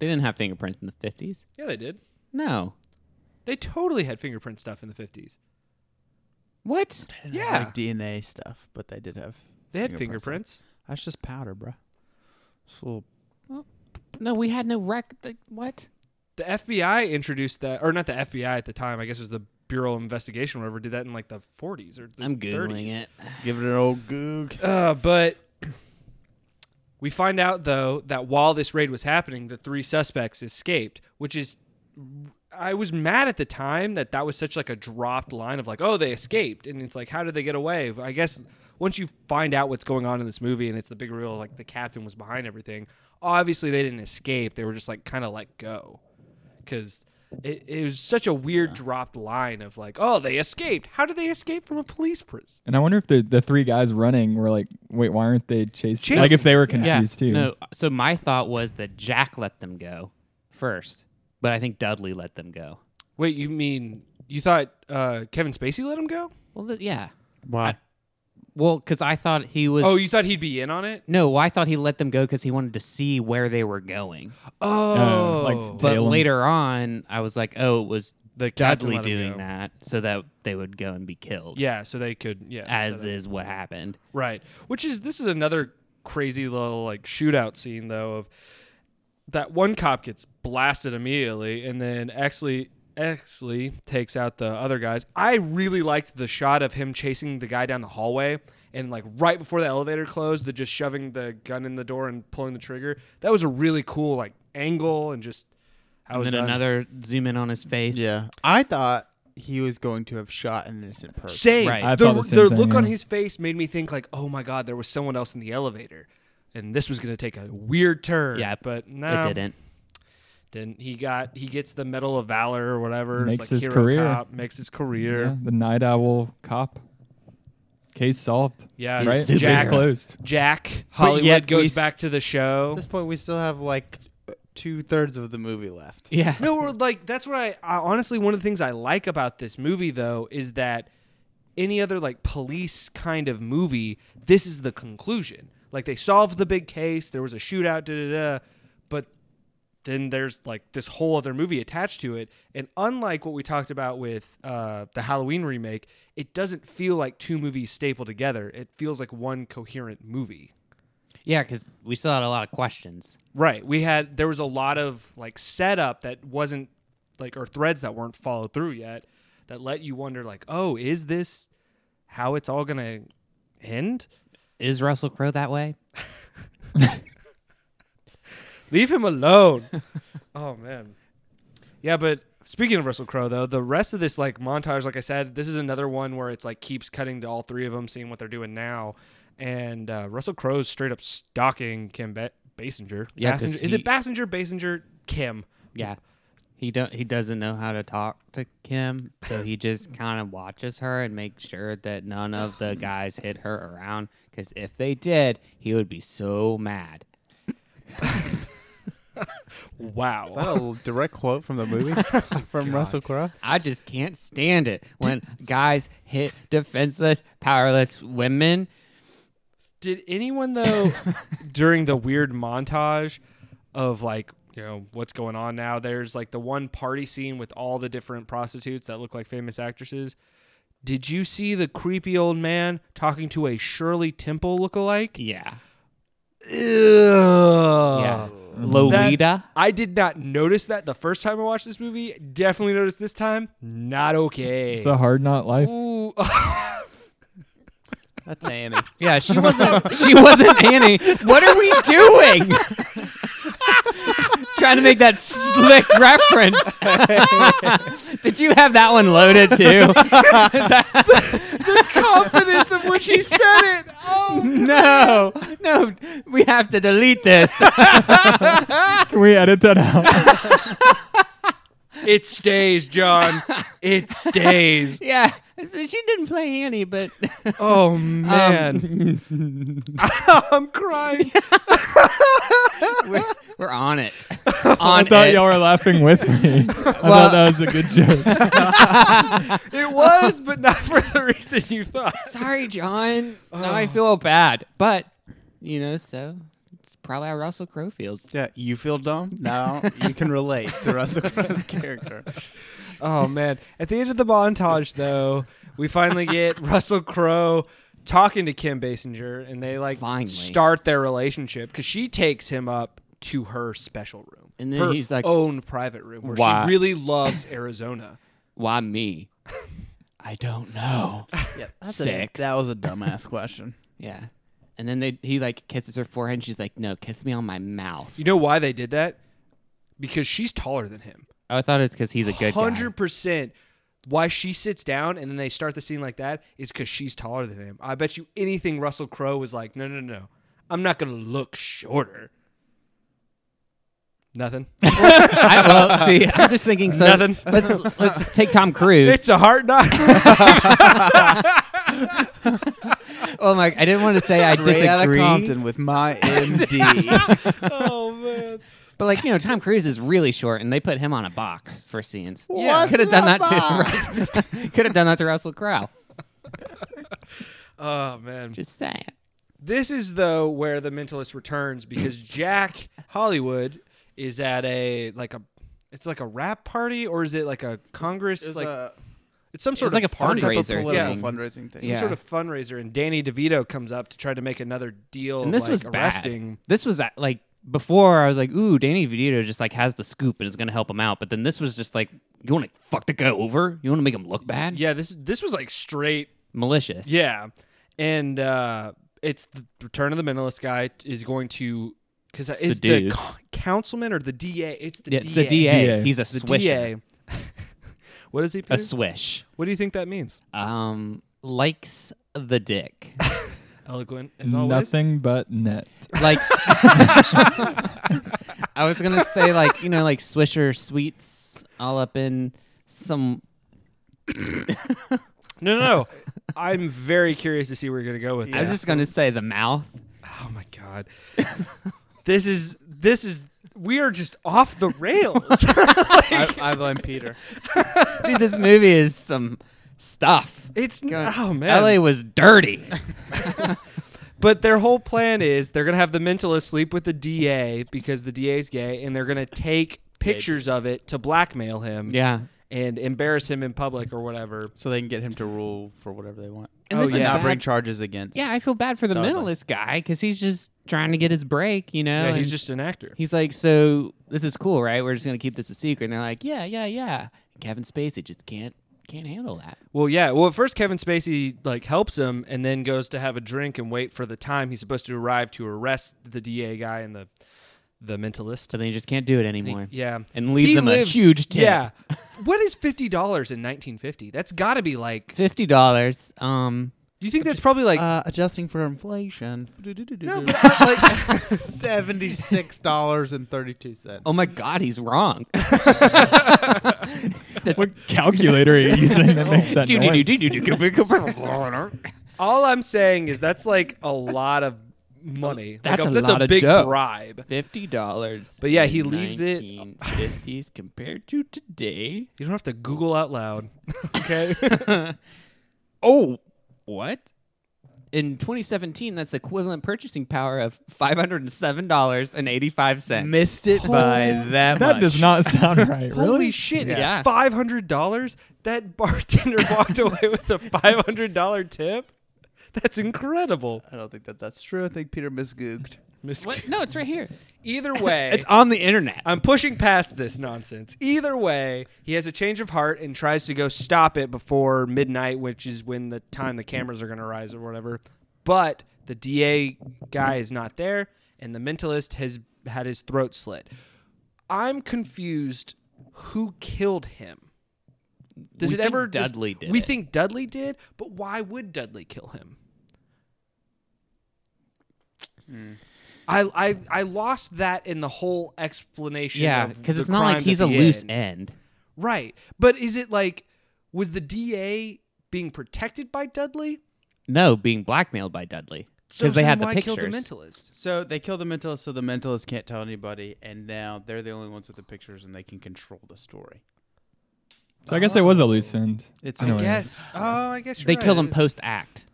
they didn't have fingerprints in the fifties.
yeah, they did.
No,
They totally had fingerprint stuff in the 50s.
what?
Yeah.
Like DNA stuff, but they did have.
They had
Fingerprints.
fingerprints.
That's just powder, bruh. It's a little
No, we had no rec. Like, what?
The FBI introduced that, or not the FBI at the time. I guess it was the Bureau of Investigation, or whatever, did that in like the 40s or the
I'm googling
30s.
it.
Give it an old goog.
Uh, but we find out though that while this raid was happening, the three suspects escaped, which is I was mad at the time that that was such like a dropped line of like, oh, they escaped, and it's like, how did they get away? But I guess once you find out what's going on in this movie, and it's the big reveal, like the captain was behind everything. Obviously, they didn't escape; they were just like kind of let go, because. It, it was such a weird dropped line of like, oh, they escaped. How did they escape from a police prison?
And I wonder if the, the three guys running were like, wait, why aren't they chased?
Chasing
Like if they were
us,
Yeah.
confused too.
No. So my thought was that Jack let them go first, but I think Dudley let them go.
Wait, you mean you thought uh, Kevin Spacey let him go?
Well, th- yeah.
Why?
I- Well, because I thought he was.
Oh, you thought he'd be in on it?
No, well, I thought he let them go because he wanted to see where they were going.
Oh,
Uh, like
But
Tail 'em.
later on, I was like, oh, it was
the captain
Dudley
let him
doing
go.
that so that they would go and be killed.
Yeah, so they could. Yeah, so
As
they-
is what happened.
right. Which is this is another crazy little like shootout scene though of that one cop gets blasted immediately, and then Exley Exley takes out the other guys. I really liked the shot of him chasing the guy down the hallway, and like right before the elevator closed, the just shoving the gun in the door and pulling the trigger. That was a really cool like angle, and just I was
And then
done.
another zoom in on his face.
Yeah. I thought he was going to have shot an innocent person.
Same.
Right.
I
The,
thought the same
the
thing,
look on
yeah.
his face made me think like, oh my god, there was someone else in the elevator, and this was gonna take a weird turn.
Yeah,
but no,
It didn't.
Didn't. He got he gets the Medal of Valor or whatever. It's
Makes
like
his
hero
career.
Cop, makes his
Yeah,
career.
the night owl cop. Case solved.
Yeah,
right?
stupid.
Case
Jack.
closed.
Jack Hollywood
yet we
goes
s-
back to the show.
At this point, we still have like two thirds of the movie left.
[LAUGHS] Yeah.
no, we're like that's what I, I honestly one of the things I like about this movie though is that any other like police kind of movie, this is the conclusion. Like they solved the big case, there was a shootout, da da da, but then there's like this whole other movie attached to it, and unlike what we talked about with uh, the Halloween remake, it doesn't feel like two movies stapled together. It feels like one coherent movie.
Yeah, because we still had a lot of questions.
Right. We had there was a lot of like setup that wasn't like or threads that weren't followed through yet that let you wonder like, oh, is this how it's all gonna end?
Is Russell Crowe that way?
Leave him
[LAUGHS]
alone. oh man. Yeah, but speaking of Russell Crowe though, the rest of this like montage, like I said, this is another one where it's like keeps cutting to all three of them, seeing what they're doing now, and uh, Russell Crowe's straight up stalking Kim ba- Basinger.
Yeah, 'cause
Basinger. is it
he-
Basinger? Basinger? Kim.
Yeah. He don't he doesn't know how to talk to Kim, so he just kind of watches her and makes sure that none of the guys hit her around cuz if they did, he would be so mad.
Wow.
Is that a direct quote from
[LAUGHS]
the movie from Russell Crowe?
I just can't stand it when guys hit defenseless, powerless women.
Did anyone
[LAUGHS]
though during the weird montage of like you know what's going on now? There's like the one party scene with all the different prostitutes that look like famous actresses. Did you see the creepy old man talking to a Shirley Temple lookalike?
Yeah.
Yeah.
Yeah. Lolita.
I did not notice that the first time I watched this movie. Definitely noticed this time. Not okay.
It's a hard not life.
Ooh. [LAUGHS]
That's Annie.
[LAUGHS]
Yeah, she wasn't. she wasn't Annie. What are we
[LAUGHS]
doing? Trying to make that slick
[LAUGHS]
reference. Did you have that one loaded
[LAUGHS]
too? [LAUGHS]
confidence of when she said it. Oh.
no, no, we have to
[LAUGHS]
delete this.
Can we edit that out?
It stays,
[LAUGHS]
John. It stays.
yeah, so she didn't play Annie, but
Oh man, [LAUGHS] I'm crying.
we're, [LAUGHS] we're
[LAUGHS]
on it. On
I thought
it.
y'all were laughing with me. I
Well-
thought that was a good joke.
It was, but not for the reason you thought.
Sorry, John. Now
Oh.
I feel bad, but you know, so it's probably how Russell Crowe feels.
Yeah, you feel dumb? Now you can relate to Russell Crowe's character.
Oh man! At the end of the montage, though, we finally [LAUGHS] get Russell Crowe talking to Kim Basinger, and they like
Finally.
start their relationship because she takes him up to her special room,
And then
her
he's like,
own private room, where
Why?
she really loves Arizona.
Why me? I don't know.
Yep,
Six.
that was a dumbass
[LAUGHS]
question.
Yeah. And then they he like kisses her forehead and she's like, No, kiss me on my mouth.
You know why they did that? Because she's taller than him.
I thought it's because he's a good
hundred percent. Why she sits down and then they start the scene like that is because she's taller than him. I bet you anything Russell Crowe was like, no, no, no, I'm not gonna look shorter.
[LAUGHS]
Nothing.
guy. I, well, see, [LAUGHS] I'm just thinking so
Nothing.
let's let's take [LAUGHS] Tom Cruise.
It's a hard
[LAUGHS]
knock.
oh my I didn't want to say I
Straight out of
disagree.
Compton
[LAUGHS]
with my MD.
oh man.
But like, you know, Tom Cruise is really short and they put him on a box for scenes.
Yeah.
Could have done that to [LAUGHS] Russell. Could have done that to Russell Crowe.
Oh man.
Just saying.
This is though where the mentalist returns
[CLEARS THROAT]
because Jack Hollywood is at a like a it's like a rap party or is it like a congress like it's some sort
it's like a
of party.
fundraiser
political
thing.
fundraising thing.
some
Yeah.
sort of fundraiser, and Danny DeVito comes up to try to make another deal.
And this
like,
was bad.
arresting.
This was uh, like before I was like, ooh, Danny Vito just like has the scoop and is gonna help him out. But then this was just like, you want to fuck the guy over? You want to make him look bad?
Yeah, this this was like straight.
malicious.
Yeah, and uh, it's the Return of the Mentalist guy is going to because it's the
Seduce.
co- councilman or the DA. It's the
Yeah,
DA.
it's the DA.
DA.
He's a
The
swish.
DA. [LAUGHS] what is he?
A
Peter?
swish.
what do you think that means?
Um, likes the dick.
[LAUGHS] Eloquent as always.
[LAUGHS] Nothing but net.
like, [LAUGHS] I was gonna say like you know like swisher sweets all up in some.
No, no, [LAUGHS] no. I'm very curious to see where you're gonna go with.
I was
that.
just gonna say the mouth.
Oh my god. [LAUGHS] this is this is we are just off the rails.
I, I blame Peter.
Dude, this movie is some stuff.
It's
Going-
oh man.
LA was dirty.
But their whole plan is they're gonna have the mentalist sleep with the DA because the DA is gay, and they're gonna take pictures of it to blackmail him.
yeah.
And embarrass him in public or whatever.
So they can get him to rule for whatever they want.
And this
and
is
not
bad-
bring charges against.
Yeah, I feel bad for the
Totally.
mentalist guy because he's just trying to get his break, you know.
Yeah, he's
and-
just an actor.
He's like, so this is cool, right? We're just gonna keep this a secret. And they're like, yeah, yeah, yeah. Kevin Spacey just can't can't handle that.
Well, yeah. Well, at first Kevin Spacey like helps him, and then goes to have a drink and wait for the time he's supposed to arrive to arrest the DA guy and the the mentalist.
So then you just can't do it
And he-
anymore.
yeah,
And leaves
He
them
lives-
a huge tip.
Yeah, what is fifty dollars in nineteen fifty? That's got to be like.
Fifty dollars. Um
Do you think
[LAUGHS]
that's probably like?
uh, adjusting for inflation.
no,
No,
but
[LAUGHS]
like seventy six dollars and thirty two cents.
oh my god, he's wrong.
What calculator are you using that makes that noise?
That's
all I'm saying is that's like
[LAUGHS]
a lot of money. Like,
That's a
that's
lot
a
of
big
dough.
bribe.
Fifty dollars.
But yeah, he leaves it-
Fifties compared to today.
You don't have to Google out loud.
Okay. [LAUGHS] oh, what? In 2017, that's equivalent purchasing power of five hundred and seven dollars and eighty-five cents.
missed it by that.
That does not [LAUGHS] sound right. Really?
Holy shit!
Yeah.
It's five hundred dollars. That bartender [LAUGHS] walked away with a five hundred dollar tip. That's incredible.
I don't think that that's true. I think Peter misgooged.
Miss-
What? No, it's right here.
Either way,
It's on the internet.
I'm pushing past this nonsense. Either way, he has a change of heart and tries to go stop it before midnight, which is when the time the cameras are going to rise or whatever. But the DA guy is not there, and the mentalist has had his throat slit. I'm confused. Who killed him? Does
We
it
think
ever does-
Dudley did
We
it.
think Dudley did, but why would Dudley kill him? I, I I lost that in the whole explanation.
yeah,
because
because it's not like he's a loose end.
right? But is it like was the DA being protected by Dudley?
No, being blackmailed by Dudley
So
because they
then
had the
why
pictures.
kill the mentalist?
So they kill the mentalist, so the mentalist can't tell anybody, and now they're the only ones with the pictures, and they can control the story.
So I guess it was a loose end.
It's
I
I
No, it
guess. Oh, I guess you're
They
right.
killed him post act.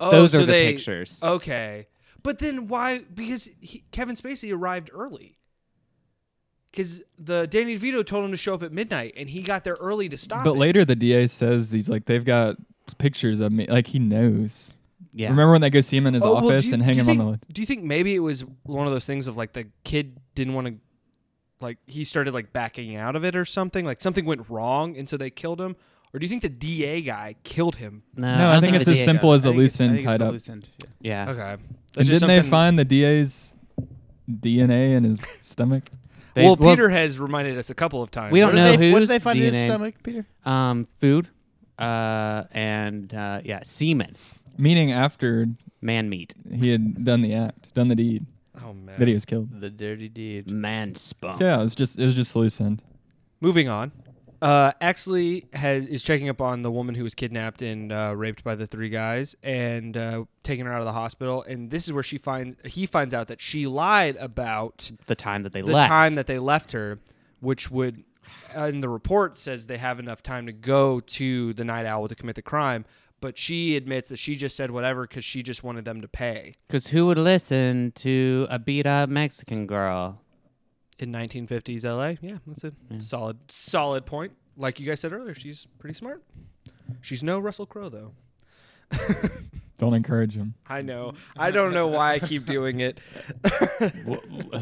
Oh,
Those
so
are the
they-
pictures.
Okay, but then why? Because he, Kevin Spacey arrived early. Because the Danny DeVito told him to show up at midnight, and he got there early to stop.
But
it.
later the DA says he's like they've got pictures of me. Like he knows.
Yeah.
Remember when they go see him in his
Oh, well, do
office
you-
and
do
hang
you
him
think,
on the lid?
Do you think maybe it was one of those things of like the kid didn't want to, like he started like backing out of it or something? Like something went wrong, and so they killed him. Or do you think the DA guy killed him?
No,
No,
I,
I
don't
think it's
they
as
did.
simple as a
I think
loose
it's- I
end
think it's
tied
a
up.
loose end, yeah.
Yeah.
Okay,
And
That's just
didn't they
something-
find the DA's DNA
[LAUGHS]
in his stomach?
They-
well, Peter has reminded us a couple of times.
We don't
What did
know
they- What did
whose
they find in his
DNA.
stomach, Peter?
Um, food, uh, and uh, yeah, semen,
Meaning after
man meat,
he had done the act, done the deed,
Oh man.
that he was killed.
The dirty deed.
man spunk.
So yeah, it was just it was just a loose end.
Moving on. Uh, Axley has is checking up on the woman who was kidnapped and uh, raped by the three guys, and uh, taking her out of the hospital. And this is where she finds he finds out that she lied about
The time that they
the
left.
time that they left her, which would, in the report says they have enough time to go to the night owl to commit the crime. But she admits that she just said whatever because she just wanted them to pay
Because who would listen to a beat up Mexican girl?
in 1950s LA. Yeah, that's a solid, solid point. Like you guys said earlier, she's pretty smart. She's no Russell Crowe though.
Don't encourage him.
I know. I don't know why I keep doing it.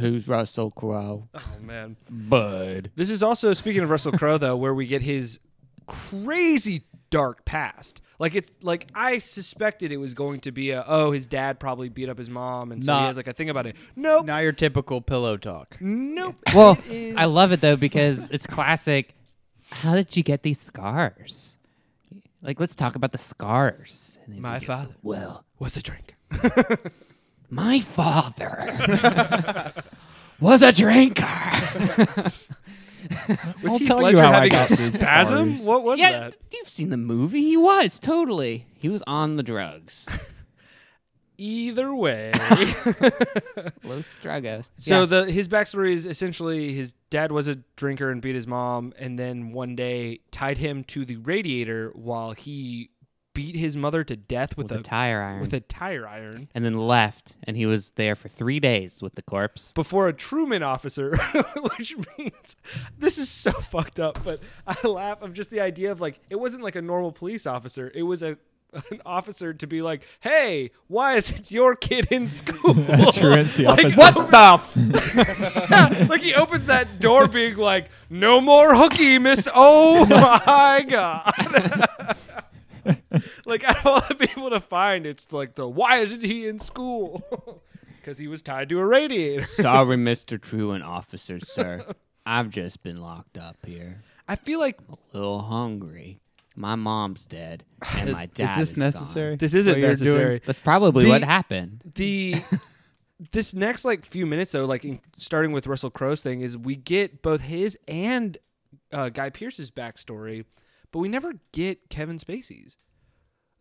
Who's Russell Crowe?
[LAUGHS] Oh man.
Bud.
This is also speaking of Russell Crowe though, where we get his crazy dark past. Like it's like I suspected it was going to be a oh his dad probably beat up his mom and so he
Not-
has like a thing about it. Nope.
Now your typical pillow talk.
Nope.
[LAUGHS]
[LAUGHS]
Well,
It is-
I love it though because it's classic. How did you get these scars? Like, let's talk about the scars. And then
My
you go,
father.
Well,
what's the drink.
my father was a drinker.
Was
I'll
he
tell you
Ledger
how I
having
got
a
these
spasm?
scars.
What was
yeah,
that?
th- you've seen the movie. He was totally. He was on the drugs.
Either [LAUGHS] way.
Los
[LAUGHS]
Dragos.
So
Yeah.
the his backstory is essentially his dad was a drinker and beat his mom, and then one day tied him to the radiator while he beat his mother to death with,
with a
a
tire iron.
with a tire iron.
and then left, and he was there for three days with the corpse.
Before a Truman officer, [LAUGHS] which means this is so [LAUGHS] fucked up, but I laugh of just the idea of like it wasn't like a normal police officer. It was a an officer to be like, "Hey, why isn't your kid in school?"
Truancy officer.
What the? [LAUGHS] like he opens that door, being like, "No more hooky, Miss." Oh my god! [LAUGHS] like out of all the people to find, it's like the why isn't he in school? [LAUGHS] Because he was tied to a radiator.
Sorry, Mr. Truant Officer, sir. I've just been locked up here.
I feel like
A little hungry. My mom's dead, and my dad
[LAUGHS] is this
gone.
necessary?
this isn't
What you're doing?
necessary.
That's probably
The-
what happened.
the this next like few minutes though like in, starting with russell crowe's thing is we get both his and uh, guy pierce's backstory but we never get kevin spacey's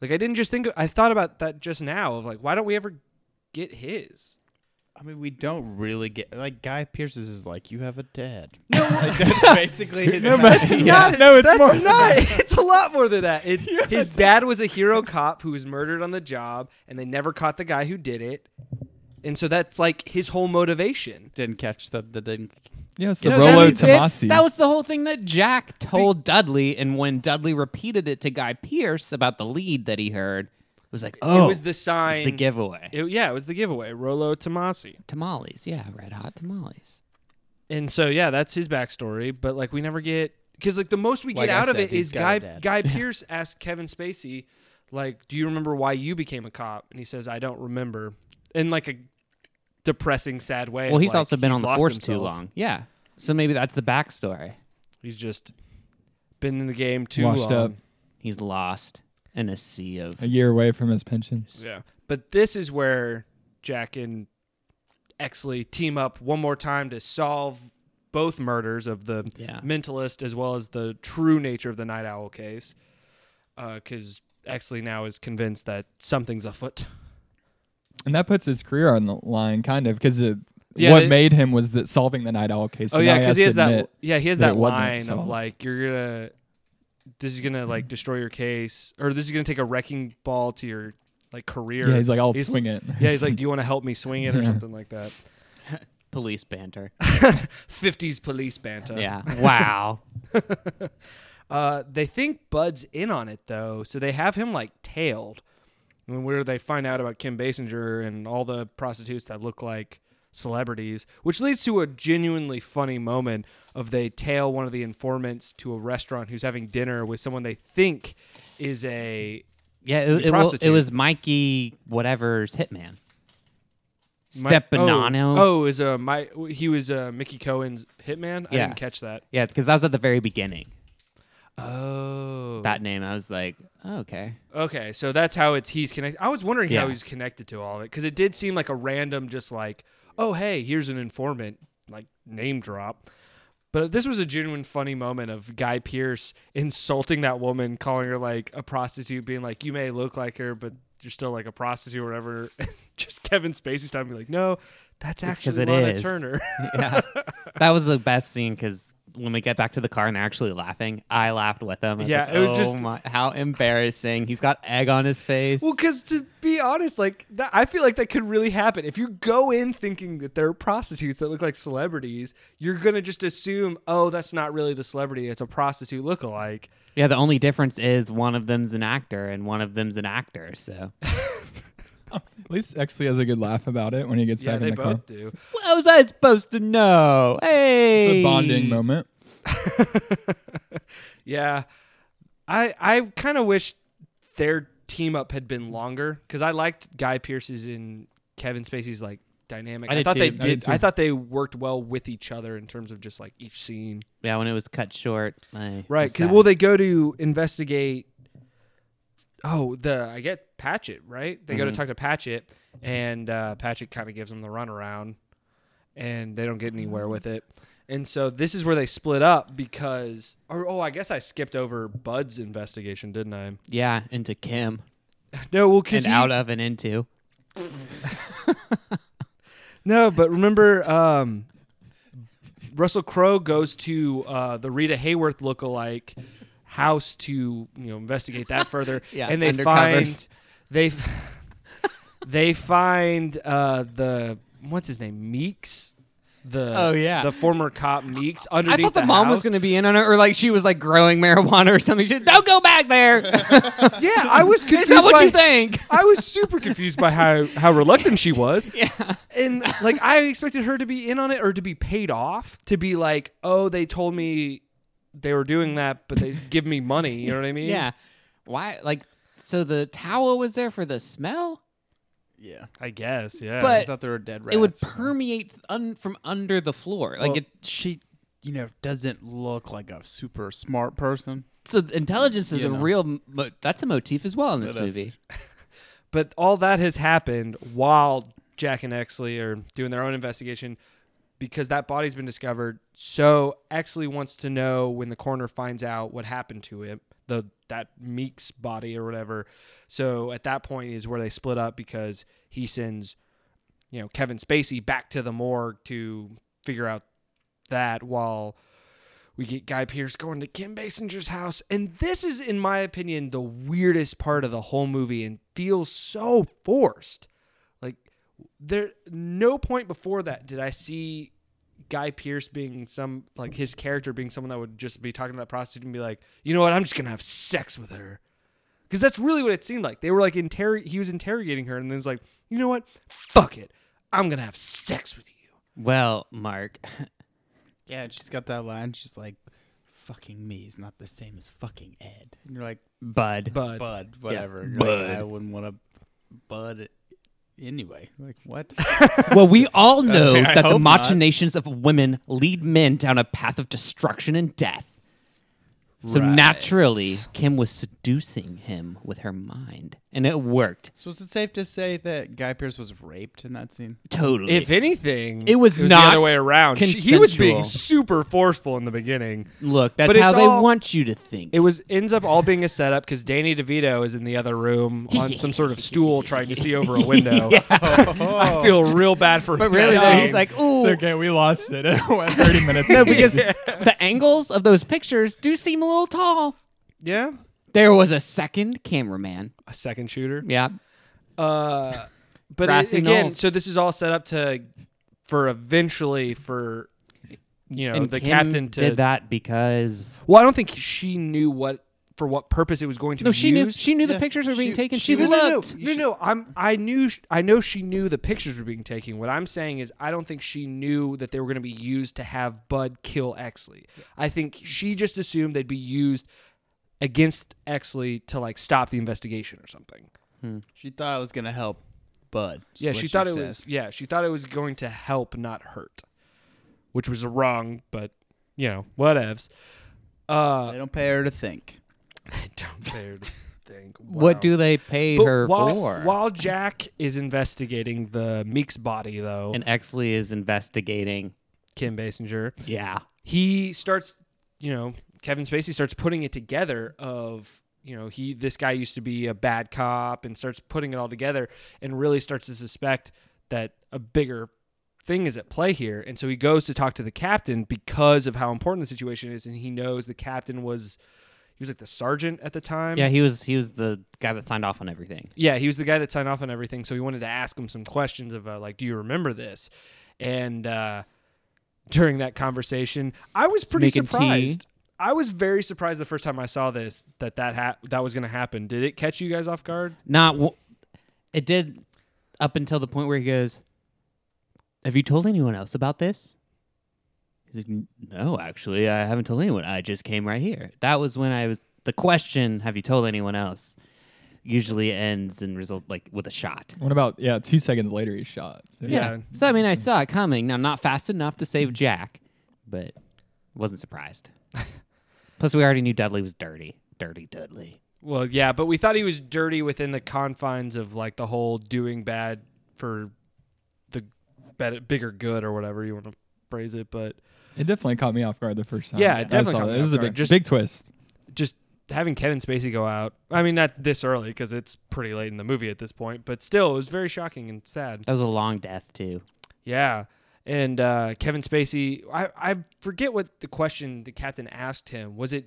like i didn't just think i thought about that just now of like why don't we ever get his
I mean, we don't really get like Guy Pierce's is like you have a dad.
no
[LAUGHS] Like, that's
[LAUGHS]
basically his. no,
That's not. No, it's
that's
more.
not [LAUGHS] it's a lot more than that it's his dad was a hero cop who was murdered on the job and they never caught the guy who did it and so that's like his whole motivation
didn't catch the, the didn't.
Yeah, it's the
Yeah,
Rolo
That's it.
Tomasi.
That was the whole thing that Jack told Dudley, and when Dudley repeated it to Guy Pierce about the lead that he heard, it was like, oh,
it was the sign
it's the giveaway.
It- yeah, it was the giveaway, Rolo Tomasi.
tamales, yeah, red hot tamales.
And so yeah, that's his backstory, but like we never get cuz like the most we get
Like I
out of
said,
it
he's
is guy
got a
[LAUGHS]
dad.
guy Pierce asked Kevin Spacey like, "Do you remember why you became a cop?" And he says, "I don't remember." In like a depressing sad way.
Well,
of,
he's
like,
also been on the
lost
force too
himself.
long. Yeah, so maybe that's the backstory.
He's just been in the game too
Washed
long.
up.
He's lost in a sea of
a year away from his pension.
Yeah. But this is where Jack and Exley team up one more time to solve both murders of the
Yeah.
mentalist as well as the true nature of the night owl case. Because Exley now is convinced that something's
[LAUGHS]
afoot.
And that puts his career on the line, kind of, because
Yeah,
what
they-
made him was that solving the night owl case.
Oh
So
yeah,
now
because he has that.
admit-
Yeah, he has
that
that
it wasn't
line of
solved.
like, "You're gonna, this is gonna like destroy your case, or this is gonna take a wrecking ball to your like career."
Yeah, he's like, I'll swing it.
Yeah, he's like, "Do you want to help me swing
[LAUGHS]
it or something like that?"
police banter.
50s police banter.
yeah. Wow.
Uh, they think Bud's in on it though, so they have him like tailed. When where they find out about Kim Basinger and all the prostitutes that look like celebrities, which leads to a genuinely funny moment of they tail one of the informants to a restaurant who's having dinner with someone they think is a
Yeah, it, it, wa- it
prostitute.
was Mikey whatever's hitman.
Mi-
Stepanano.
Oh, oh, is a my he was a Mickey Cohen's hitman. I
Yeah.
didn't catch that.
Yeah, because that was at the very beginning.
Oh,
That name, I was like, oh, okay.
Okay, so that's how it's he's connected. I was wondering how
Yeah.
he's connected to all of it because it did seem like a random, just like, oh hey, here's an informant, like name drop. But this was a genuine funny moment of Guy Pierce insulting that woman, calling her like a prostitute, being like, you may look like her, but you're still like a prostitute or whatever. [LAUGHS] just Kevin Spacey's time being like, no, that's
'cause
actually
it
Lana
is."
Turner. [LAUGHS]
yeah, that was the best scene because when we get back to the car and they're actually laughing, I laughed with them. I
Yeah,
like,
it was
"Oh
just-
my, how embarrassing. He's got egg on his face.
Well, because to be honest, like that, I feel like that could really happen. If you go in thinking that there are prostitutes that look like celebrities, you're gonna just assume, oh, that's not really the celebrity; it's a prostitute lookalike.
yeah, the only difference is one of them's an actor and one of them's an actor. So
At least Exley has a good laugh about it when he gets
Yeah,
back
they
in the
both
car.
do.
how was I supposed to know?
It's
Hey,
a bonding moment.
Yeah, I I kind of wish their team up had been longer because I liked Guy Pierce's and Kevin Spacey's like dynamic.
I
I,
did
thought they
too.
I did
did.
too.
I thought they worked well with each other in terms of just like each scene.
Yeah, when it was cut short, I
Right.
was
'cause-
sad.
well, they go to investigate. Oh, the I get Patchett. Right. They go to
Mhm.
talk to Patchett, and uh, Patchett kind of gives them the runaround, and they don't get anywhere with it. And so this is where they split up because, or oh, I guess I skipped over Bud's investigation, didn't I?
yeah, into Kim
[LAUGHS] No, well,
and
because
out of and into.
No, but remember, um, Russell Crowe goes to uh, the Rita Hayworth lookalike house to you know investigate that further,
[LAUGHS] Yeah,
and they
undercovers.
find they they find uh, the what's his name Meeks the
Oh, yeah.
the former cop Meeks underneath.
I thought the, mom was
house.
going to be in on it, or like she was like growing marijuana or something. She, don't go
[LAUGHS]
back there.
Yeah, I
[LAUGHS]
was
it's
confused.
not what
by-
you think.
[LAUGHS] I was super confused by how how reluctant she was.
[LAUGHS] Yeah.
and like I expected her to be in on it or to be paid off to be like, oh, they told me they were doing that, but they give me money. You know what I mean?
Yeah. Why? Like, so the towel was there for the smell,
Yeah.
I guess. Yeah,
But
I thought there were dead rats.
it would
or something.
permeate un- from under the floor. Like,
Well,
it,
she, you know, doesn't look like a super smart person.
so the intelligence is
You
a
know.
real. Mo- that's a motif as well in this
That is-
movie.
but all that has happened while Jack and Exley are doing their own investigation because that body's been discovered. So Exley wants to know when the coroner finds out what happened to him, the that Meeks body or whatever. So at that point is where they split up because he sends, you know, Kevin Spacey back to the morgue to figure out that while we get Guy Pierce going to Kim Basinger's house. And this is, in my opinion, the weirdest part of the whole movie and feels so forced. Like there no point before that did I see Guy Pierce being some like his character being someone that would just be talking to that prostitute and be like, you know what, I'm just gonna have sex with her. Because that's really what it seemed like. They were like interrog he was interrogating her and then was like, you know what? Fuck it. I'm gonna have sex with you.
Well,
[LAUGHS]
Mark,
Yeah, and she's got that line. She's like, "Fucking me is not the same as fucking Ed." And you're like,
Bud,
But
"Bud, whatever." You're
bud.
Like, I wouldn't want to bud it anyway. Like what? [LAUGHS]
well, we all know
I
that the
hope not.
machinations of women lead men down a path of destruction and death. So
Right.
naturally, Kim was seducing him with her mind, and it worked
so is it safe to say that Guy Pierce was raped in that scene?
totally.
If anything,
It was
the
not
other way around. She- he was being
consensual.
super forceful in the beginning.
Look, that's
But it's
how they
all-
want you to think.
It was ends up all being a setup because Danny DeVito is in the other
[LAUGHS]
room on some sort of stool trying to see over a window. I feel real bad for
[LAUGHS] but
him.
really,
That
though,
scene.
he's like, ooh.
It's okay. We lost it. [LAUGHS] It went 30 minutes.
No, [LAUGHS]
[LAUGHS]
because the angles of those pictures do seem a little tall.
yeah,
There was a second cameraman.
a second shooter.
Yeah.
Uh, but it,
Grassy
again,
knolls.
so this is all set up to for eventually for you know the captain to.
did that because
Well, I don't think she knew what for what purpose it was going to
No,
be
she
used.
knew she knew the
Yeah.
pictures were being
She-
taken. She,
she
No,
was-
looked.
no, no, no, no. I'm. I knew. sh- I know she knew the pictures were being taken. What I'm saying is, I don't think she knew that they were going to be used to have Bud kill Exley. I think she just assumed they'd be used against Exley to like stop the investigation or something.
She thought it was gonna help Bud. is
Yeah,
what
she thought it
said.
was. Yeah, she thought it was going to help, not hurt, which was wrong. But you know, whatevs. Uh,
They don't pay her to think.
[LAUGHS] don't dare to think.
What
Wow.
do they pay
But
her
while,
for?
While Jack is investigating the Meeks body, though,
and Exley is investigating.
Kim Basinger,
Yeah.
he starts, you know, Kevin Spacey starts putting it together of, you know, he this guy used to be a bad cop and starts putting it all together and really starts to suspect that a bigger thing is at play here. And so he goes to talk to the captain because of how important the situation is and he knows the captain was he was like the sergeant at the time.
Yeah, he was he was the guy that signed off on everything.
Yeah, he was the guy that signed off on everything. So he wanted to ask him some questions of uh, like, do you remember this? And uh, during that conversation, I was pretty
making tea.
surprised. I was very surprised the first time I saw this that that ha- that was going to happen. Did it catch you guys off guard?
Not w- it did up until the point where he goes, "Have you told anyone else about this?" He's like, "N- "No, actually, I haven't told anyone. I just came right here." That was when I was the question, "Have you told anyone else?" usually ends and result like with a shot.
What about, yeah, two seconds later, he shot. So,
Yeah.
So I mean, I saw it coming. Now, not fast enough to save Jack, but wasn't surprised. Plus, we already knew Dudley was dirty. Dirty Dudley.
Well, yeah, but we thought he was dirty within the confines of like the whole doing bad for the bet- bigger good or whatever you want to phrase it. But
It definitely caught me off guard the first time.
Yeah, it
I
definitely
saw
caught
that.
me
This
off
is a
guard.
big,
Just-
big twist.
just having Kevin Spacey go out. I mean, not this early because it's pretty late in the movie at this point, but still, it was very shocking and sad.
That was a long death too.
Yeah. And uh, Kevin Spacey, I, I forget what the question the captain asked him. Was it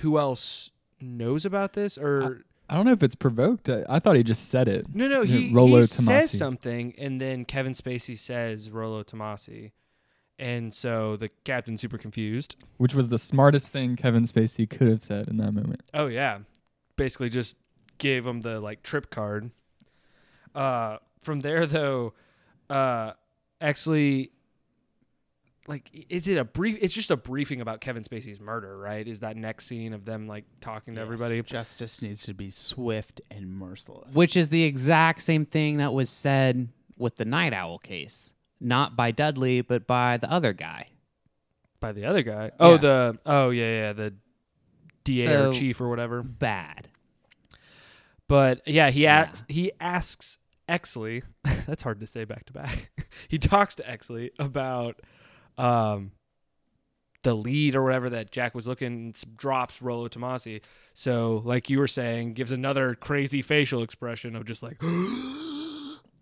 who else knows about this? Or
I don't know if it's provoked. I, I thought he just said it.
no, no,
Uh,
he,
[LAUGHS] Rolo
he says
Tomasi.
something, and then Kevin Spacey says Rolo Tomasi. And so the captain's super confused.
Which was the smartest thing Kevin Spacey could have said in that moment.
Oh yeah, basically just gave him the like trip card. Uh, from there though, uh, actually, like is it a brief? It's just a briefing about Kevin Spacey's murder, right? Is that next scene of them like talking to everybody?
Justice needs to be swift and merciless.
which is the exact same thing that was said with the night owl case not by dudley but by the other guy
by the other guy. Oh,
Yeah.
the oh yeah yeah the DA or
So-
chief or whatever.
bad
But yeah, he
Yeah.
asks he asks Exley. [LAUGHS] that's hard to say back to back. [LAUGHS] he talks to Exley about um the lead or whatever that Jack was looking s- drops Rolo Tomasi. So like you were saying, gives another crazy facial expression of just like. [GASPS]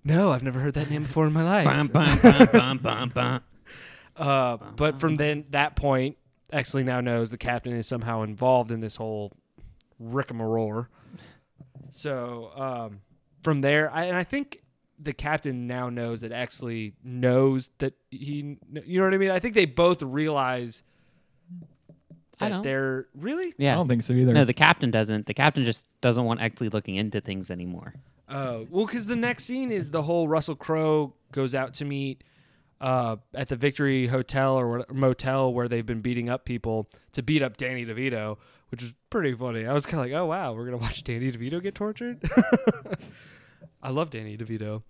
No, I've never heard that name before in my life.
Bum, bum, bum, bum, bum, bum.
Uh, but
Uh-huh.
from then that point, Exley now knows the captain is somehow involved in this whole rickamarole. So um, from there, I, and I think the captain now knows that Exley knows that he, kn- you know what I mean. I think they both realize that
I don't.
they're really.
[LAUGHS] yeah
I don't think so either.
no the captain doesn't the captain just doesn't want exley looking into things anymore
Oh well, because the next scene is the whole Russell Crowe goes out to meet uh, at the Victory Hotel or what- motel where they've been beating up people to beat up Danny DeVito, which is pretty funny. I was kind of like, oh wow, we're gonna watch Danny DeVito get tortured. [LAUGHS] I love Danny DeVito.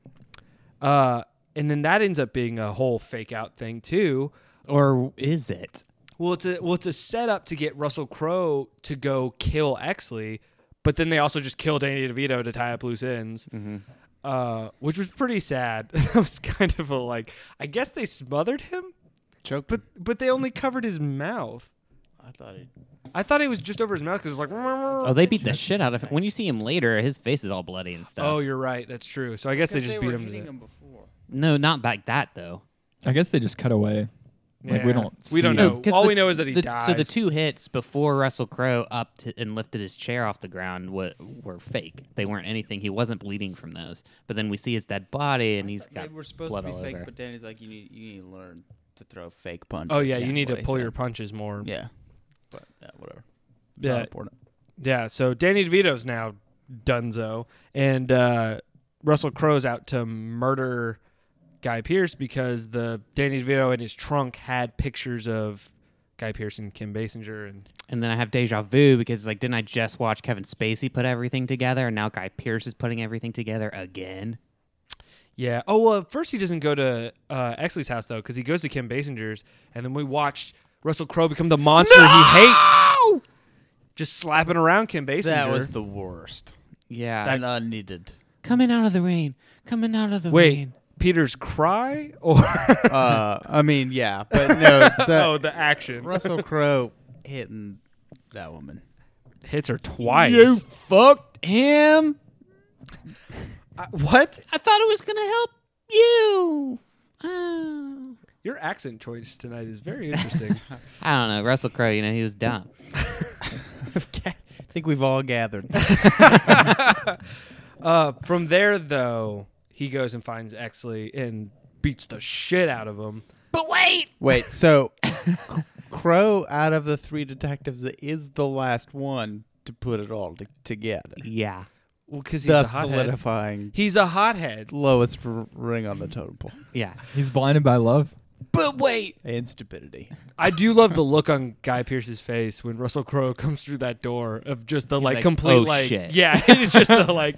Uh, and then that ends up being a whole fake out thing too.
or is it
Well, it's a well, it's a setup to get Russell Crowe to go kill Exley, but then they also just kill Danny DeVito to tie up loose ends, uh, which was pretty sad. [LAUGHS] that was kind of a like, I guess they smothered him,
Choke,
but but they only covered his mouth.
I thought it.
I thought it was just over his mouth because it was like,
oh they beat the shit out of him when you see him later his face is all bloody and stuff
oh, you're right, that's true. So I guess they just beat him. To death.
before.
no not like that though
I guess they just cut away. Like we
Yeah.
don't.
we
see
don't
it.
know.
No, 'cause
All
the-
we know is that he
the-
dies.
So the two hits before Russell Crowe upped and lifted his chair off the ground were, were fake. They weren't anything. He wasn't bleeding from those. But then we see his dead body, and he's
They
got
were supposed
blood
to be
all
fake,
over.
but Danny's like, you need, you need to learn to throw fake punches.
oh yeah, you need to
what he
pull
said.
your punches more.
Yeah, but yeah, whatever. Not
yeah
important.
Yeah, so Danny DeVito's now Dunzo, and uh, Russell Crowe's out to murder Guy Pierce because the Danny DeVito in his trunk had pictures of Guy Pierce and Kim Basinger, and
and then I have deja vu because like, didn't I just watch Kevin Spacey put everything together, and now Guy Pierce is putting everything together again?
yeah. Oh well, at first he doesn't go to uh, Exley's house though, because he goes to Kim Basinger's, and then we watched Russell Crowe become the monster he hates, just slapping around Kim Basinger.
That was the worst.
Yeah,
That unneeded.
coming out of the rain, coming out of the
Wait,
rain.
Peter's cry or [LAUGHS]
Uh, I mean, yeah, but no.
oh
The,
the action
Russell Crowe hitting that woman.
hits her twice.
fucked him.
I- what?
I thought it was gonna help you. Oh.
Your accent choice tonight is very interesting.
I don't know. Russell Crowe, you know, he was dumb.
[LAUGHS] I think we've all gathered.
uh, from there, though, he goes and finds Exley and beats the shit out of him.
But wait,
Wait,
[LAUGHS]
so Crow out of the three detectives is the last one to put it all t- together,
yeah.
Well, because he's
thus
a hothead.
solidifying
he's a hothead.
lowest r- ring on the totem pole
Yeah.
He's blinded by love.
But wait,
and stupidity.
I do love the look on Guy Pierce's face when Russell Crowe comes through that door of just the like,
like,
complete
"Oh,
like
shit."
yeah, [LAUGHS] it's just the
[LAUGHS]
like.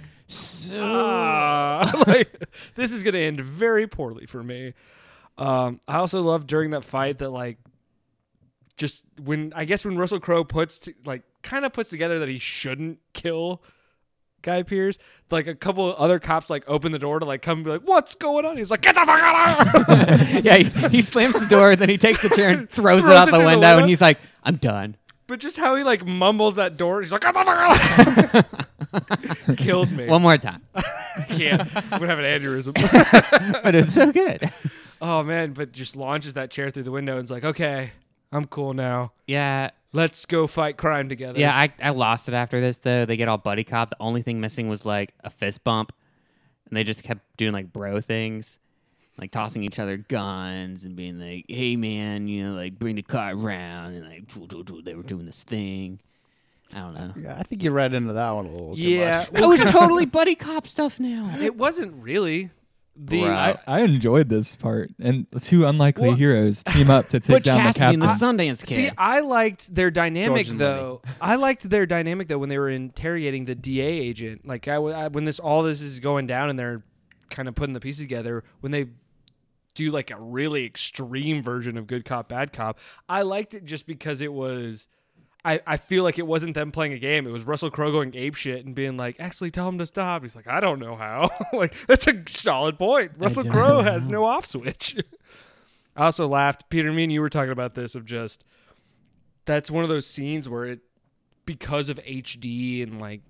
"Ah," [LAUGHS] like this is gonna end very poorly for me. Um, I also love during that fight that like just when I guess when Russell Crowe puts t- like kind of puts together that he shouldn't kill Guy Pierce, like a couple other cops like open the door to like come and be like, "What's going on?" He's like, "Get the fuck out!" of here!" [LAUGHS]
[LAUGHS] yeah, he, he slams the door, then he takes the chair [LAUGHS] and throws,
Throws
it out
it
the
through the
window,
window.
and he's like, I'm done.
But just how he like mumbles that door, he's like, "Ah, ah, ah, ah." [LAUGHS] killed me.
One more [LAUGHS] time.
I can't. I'm gonna have an aneurysm.
[LAUGHS] But it's so good.
oh man! But just launches that chair through the window and's like, "Okay, I'm cool now.
[LAUGHS] Yeah.
Let's go fight crime together."
Yeah, I, I lost it after this, though. They get all buddy cop. The only thing missing was like a fist bump, and they just kept doing like bro things. like tossing each other guns and being like, "Hey man, you know, like bring the car around," and like they were doing this thing. I don't know.
Yeah, I think you read into that one a little too
Yeah.
much.
That was Oh, [LAUGHS] totally buddy cop stuff now.
It wasn't really the
Bruh.
I, I enjoyed this part, and two unlikely
Well- [LAUGHS]
heroes team up to take
Butch
down the
Cassidy and
captain.
the Sundance Kid.
See, I liked their dynamic
George and
though. [LAUGHS] I liked their dynamic though when they were interrogating the DA agent. Like I, w- I- when this all this is going down and they're kind of putting the pieces together when they do like a really extreme version of good cop bad cop. I liked it just because it was I, I feel like it wasn't them playing a game. It was Russell Crowe going ape shit and being like, actually tell him to stop. He's like, I don't know how. [LAUGHS] like, that's a solid point. Russell
don't
Crowe has no off switch. [LAUGHS] I also laughed. Peter, me and you were talking about this of just that's one of those scenes where it because of HD and like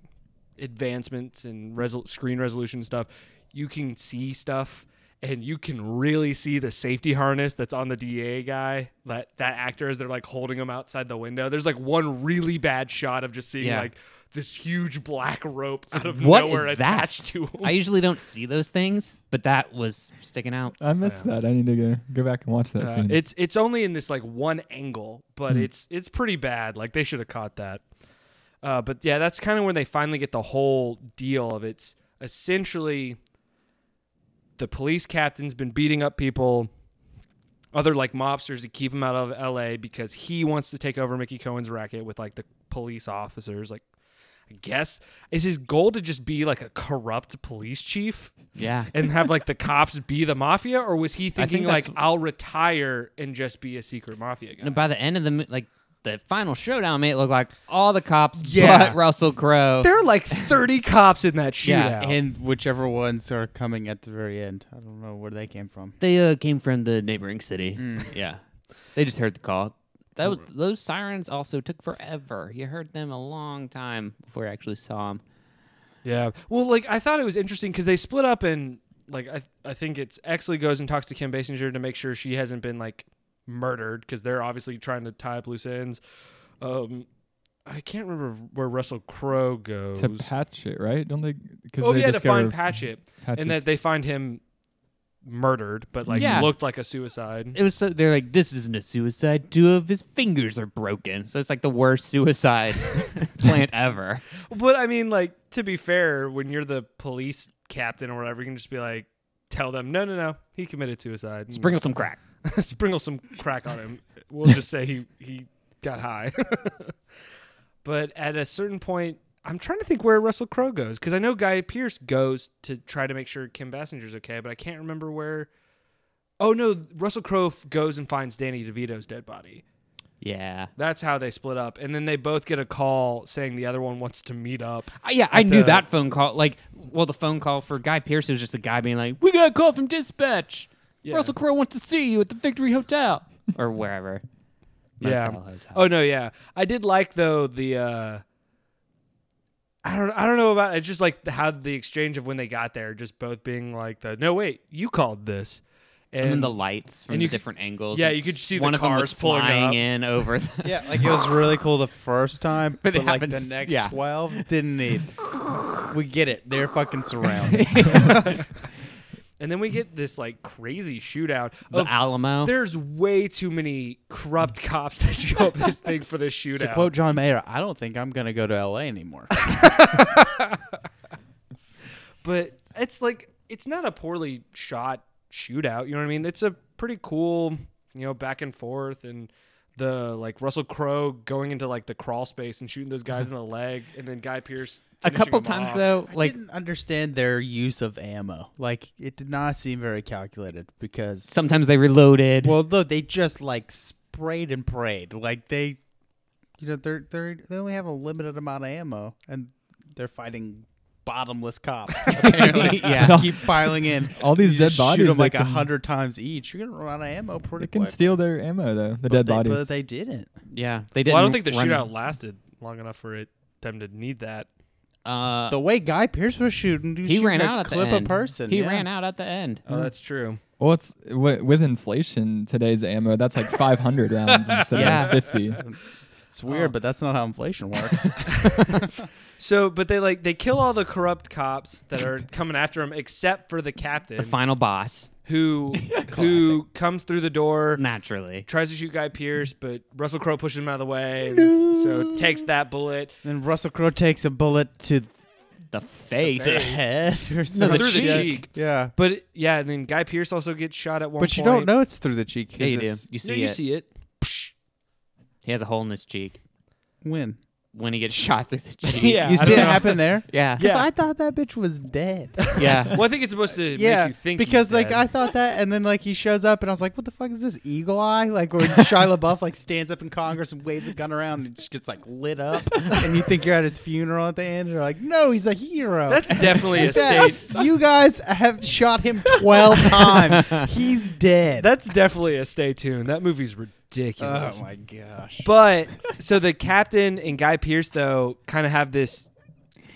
advancements and resol- screen resolution stuff, you can see stuff and you can really see the safety harness that's on the DA guy, that that actor as they're like holding him outside the window. There's like one really bad shot of just seeing
Yeah.
like this huge black rope out of
what
nowhere
is that?
attached to him.
I usually don't see those things, but that was sticking out.
I missed that. I need to go, go back and watch that
Uh,
scene.
It's it's only in this like one angle, but it's it's pretty bad. Like they should have caught that. Uh, but yeah, that's kind of when they finally get the whole deal of it's essentially the police captain's been beating up people, other like mobsters to keep him out of L.A. because he wants to take over Mickey Cohen's racket with like the police officers. Like, I guess is his goal to just be like a corrupt police chief
Yeah.
and have like the cops be the mafia, or was he
think
thinking like
that's-
I'll retire and just be a secret mafia guy?
And by the end of the mo- like the final showdown, made it look like all the cops
Yeah.
but Russell Crowe.
there are like thirty cops in that shootout.
Yeah,
And whichever ones are coming at the very end. I don't know where they came from.
They uh, came from the neighboring city. Yeah, they just heard the call. That was, those sirens also took forever. You heard them a long time before you actually saw them.
Yeah. Well, like I thought it was interesting because they split up and like I I think it's Exley goes and talks to Kim Basinger to make sure she hasn't been like murdered because they're obviously trying to tie up loose ends. Um, I can't remember where Russell Crowe goes.
to patch it, right? Don't they? Because
oh
they
yeah, to
discover
find Patchett, and that
Patchett's-
they find him murdered, but like
Yeah.
looked like a suicide.
It was so they're like, this isn't a suicide. Two of his fingers are broken, so it's like the worst suicide [LAUGHS] plant ever.
But I mean, like to be fair, when you're the police captain or whatever, you can just be like, tell them, no, no, no, he committed suicide. and
Sprinkle some crack.
[LAUGHS] sprinkle some crack on him. We'll just say he he got high. [LAUGHS] but at a certain point, I'm trying to think where Russell Crowe goes because I know Guy Pierce goes to try to make sure Kim Bassinger's okay, but I can't remember where. Oh no, Russell Crowe f- goes and finds Danny DeVito's dead body.
Yeah,
That's how they split up, and then they both get a call saying the other one wants to meet up.
I- yeah, I
But
knew
the-
that phone call. Like, well, the phone call for Guy Pearce was just a guy being like, "We got a call from dispatch.
Yeah.
Russell Crowe wants to see you at the Victory Hotel or wherever."
Yeah.
Motel, hotel.
Oh no, yeah. I did like though the uh I don't I don't know about it's just like how the exchange of when they got there, just both being like the no wait, you called this. And,
and, then the lights from
and
the
you could-
different angles.
yeah,
and
you could
s-
see the
one of them
cars
was
pulling
flying
up.
in
[LAUGHS]
over. The,
Yeah, like it was really cool the first time,
But
but,
it
like the
happens-
next
yeah.
twelve didn't need. [LAUGHS] We get it. They're fucking [LAUGHS] surrounded.
and then we get this like crazy shootout
[LAUGHS] the
of
Alamo.
there's way too many corrupt [LAUGHS] cops that show up this thing for
[LAUGHS]
this shootout.
to quote John Mayer, I don't think I'm gonna go to L.A. anymore.
but it's like it's not a poorly shot shootout. You know what I mean? It's a pretty cool, you know, back and forth and the like Russell Crowe going into like the crawl space and shooting those guys in the leg, and then Guy Pierce
a couple times though,
like,
like
didn't understand their use of ammo. Like it did not seem very calculated because
sometimes they reloaded.
Well, no, they just like sprayed and prayed. Like they, you know, they're they are they only have a limited amount of ammo, and they're fighting bottomless
[LAUGHS]
cops. Apparently,
Yeah.
just keep filing in.
all these
You
dead
just
bodies.
Shoot them
they
like a
can-
hundred times each. You're gonna run out of ammo pretty
They can
quick.
steal their ammo though. The
But
dead
they-
bodies.
but they didn't.
yeah, they didn't.
Well, I don't think the
run-
shootout lasted long enough for it them to need that.
Uh,
The way Guy Pierce was shooting, he, was
he
shooting
ran
to
out at
clip
the end.
a person.
He
yeah.
ran out at the end.
Oh, that's true.
well, it's w- with inflation today's ammo. That's like 500 rounds instead
Yeah.
of 50.
It's weird,
Oh.
but that's not how inflation works. [LAUGHS]
So, but they like they kill all the corrupt cops that are coming after him, except for the captain.
The final boss.
who who comes through the door,
Naturally.
tries to shoot Guy Pierce, but Russell Crowe pushes him out of the way, and s- so takes that bullet.
Then Russell Crowe takes a bullet to
The face.
the head or
No, the
something.
through
cheek.
the cheek.
yeah.
But it- yeah, and then Guy Pierce also gets shot at one.
But you don't
point.
know it's through the cheek. 'cause
Yeah, you do.
it's-
You see
No,
it.
you see it.
He has a hole in his cheek
When?
when he gets [LAUGHS] shot through the
[LAUGHS]
cheek.
Yeah.
You
I
see it
don't know.
happen [LAUGHS] there?
Yeah.
Because
Yeah.
I thought that bitch was dead.
[LAUGHS] Yeah.
Well, I think it's supposed
[LAUGHS]
to
yeah,
make you think he's
because like
dead.
I thought that, and then like he shows up, and I was like, "What the fuck is this eagle eye?" [LAUGHS] Like where Shia LaBeouf like stands up in Congress and waves a gun around and just gets like lit [LAUGHS] up, and you think you're at his funeral at the end, and you're like, "No, he's a hero."
[LAUGHS] that's definitely a state.
[LAUGHS] That's- You guys have shot him [LAUGHS] twelve times. He's dead.
That's definitely a stay tuned. That movie's ridiculous.
oh my gosh.
But so the captain and Guy Pierce though kind of have this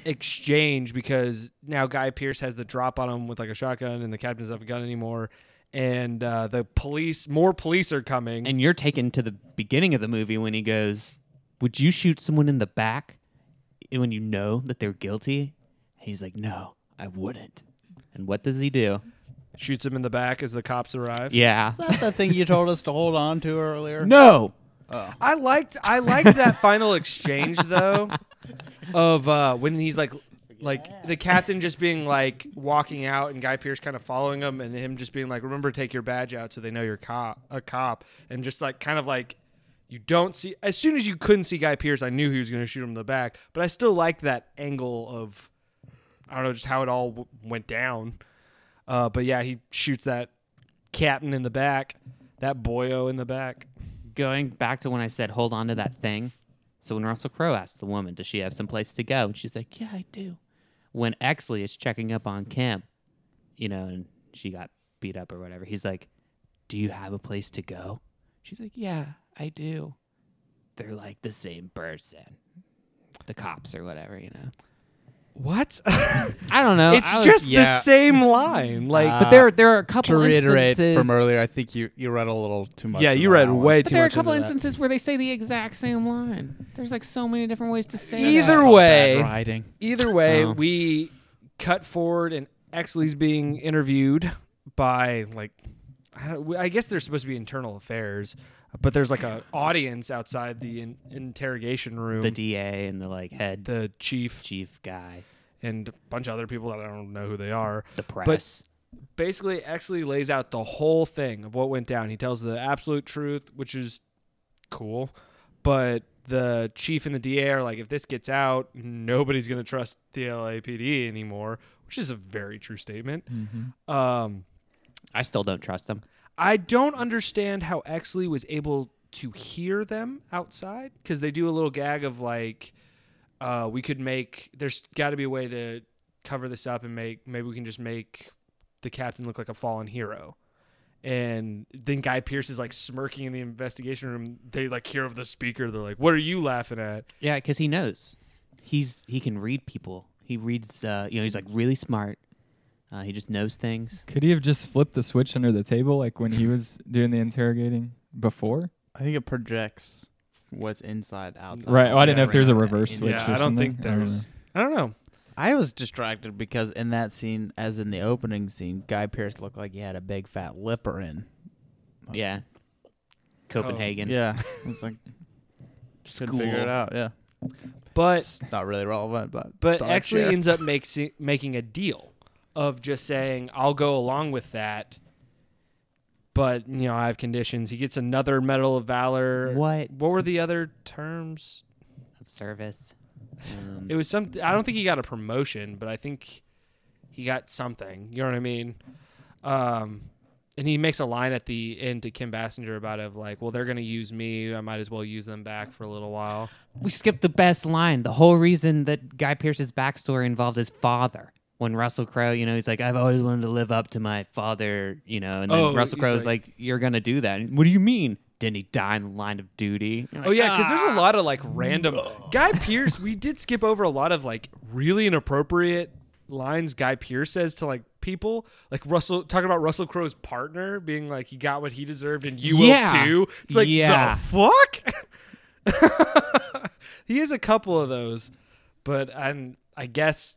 exchange because now Guy Pierce has the drop on him with like a shotgun, and the captain doesn't have a gun anymore. And uh, the police, more police are coming.
and you're taken to the beginning of the movie when he goes, "Would you shoot someone in the back when you know that they're guilty?" He's like, "No, I wouldn't." And what does he do?
shoots him in the back as the cops arrive.
Yeah.
Is that the thing you told us to hold on to earlier?
No.
I liked I liked that final exchange though, of uh, when he's like, like the captain just being like walking out and Guy Pierce kind of following him and him just being like, remember to take your badge out so they know you're cop a cop and just like kind of like. You don't see as soon as you couldn't see Guy Pierce, I knew he was going to shoot him in the back. But I still liked that angle of, I don't know, just how it all w- went down. Uh, but yeah, he shoots that captain in the back, that boyo in the back.
Going back to when I said, "Hold on to that thing." So when Russell Crowe asks the woman, "Does she have some place to go?" and she's like, "Yeah, I do." When Exley is checking up on Kim, you know, and she got beat up or whatever, he's like, "Do you have a place to go?" She's like, "Yeah, I do." They're like the same person, the cops or whatever, you know.
[LAUGHS] What?
I don't know.
it's
I was-
just
yeah.
the same line. Like,
but there there are a couple
to reiterate
instances
from earlier, I think you you read a little too much.
yeah, you
into
read
that one.
way
But
too
there are a
much.
couple
into that.
instances where they say the exact same line. There's like so many different ways to say
Either
that.
Called
way-
Bad Riding.
Either way,
Oh.
we cut forward, and Exley's being interviewed by like, I, don't, I guess they're supposed to be internal affairs, but there's like an audience outside the in, interrogation room.
the DA and the like head
the chief
chief guy,
and a bunch of other people that I don't know who they are.
the press.
basically Exley lays out the whole thing of what went down. He tells the absolute truth, which is cool, but the chief and the DA are like, if this gets out, nobody's going to trust the LAPD anymore, which is a very true statement. Um,
I still don't trust them.
I don't understand how Exley was able to hear them outside because they do a little gag of like, uh, we could make. There's got to be a way to cover this up and make. Maybe we can just make the captain look like a fallen hero. And then Guy Pierce is like smirking in the investigation room. They like hear of the speaker. They're like, "What are you laughing at?"
Yeah, because he knows. He's he can read people. He reads. Uh, you know, he's like really smart. Uh, he just knows things.
Could he have just flipped the switch under the table like when he was doing the interrogating before?
I think it projects what's inside outside.
Right. Well, I didn't
Yeah,
know if there's a
right.
reverse
Yeah,
switch.
yeah,
or
I don't
something.
think there's. I don't know.
I was distracted because in that scene, as in the opening scene, Guy Pierce looked like he had a big fat lipper in.
Yeah. Oh,
[LAUGHS]
Copenhagen.
Yeah. It's like couldn't figure it out. Yeah.
But
It's not really relevant, but
But
thought
actually
share.
ends up makes, making a deal of just saying, I'll go along with that. But, you know, I have conditions. He gets another Medal of Valor.
What?
What were the other terms?
Of service. Um,
It was some. I don't think he got a promotion, but I think he got something. You know what I mean? Um, and he makes a line at the end to Kim Bassinger about of like, well, they're going to use me. I might as well use them back for a little while.
we skipped the best line. The whole reason that Guy Pierce's backstory involved his father. When Russell Crowe, you know, he's like, I've always wanted to live up to my father, you know, and then
Oh,
Russell
he's
Crowe's
like-
like, You're gonna do that. And, what do you mean? Didn't he die in the line of duty? You're
Oh
like,
yeah, because there's
"Ah."
a lot of like random Guy Pierce. We did skip over a lot of like really inappropriate lines Guy Pierce says to like people, like Russell talking about Russell Crowe's partner being like he got what he deserved and you
Yeah.
will too. It's like
Yeah.
the [LAUGHS] fuck. he has a couple of those, but and I guess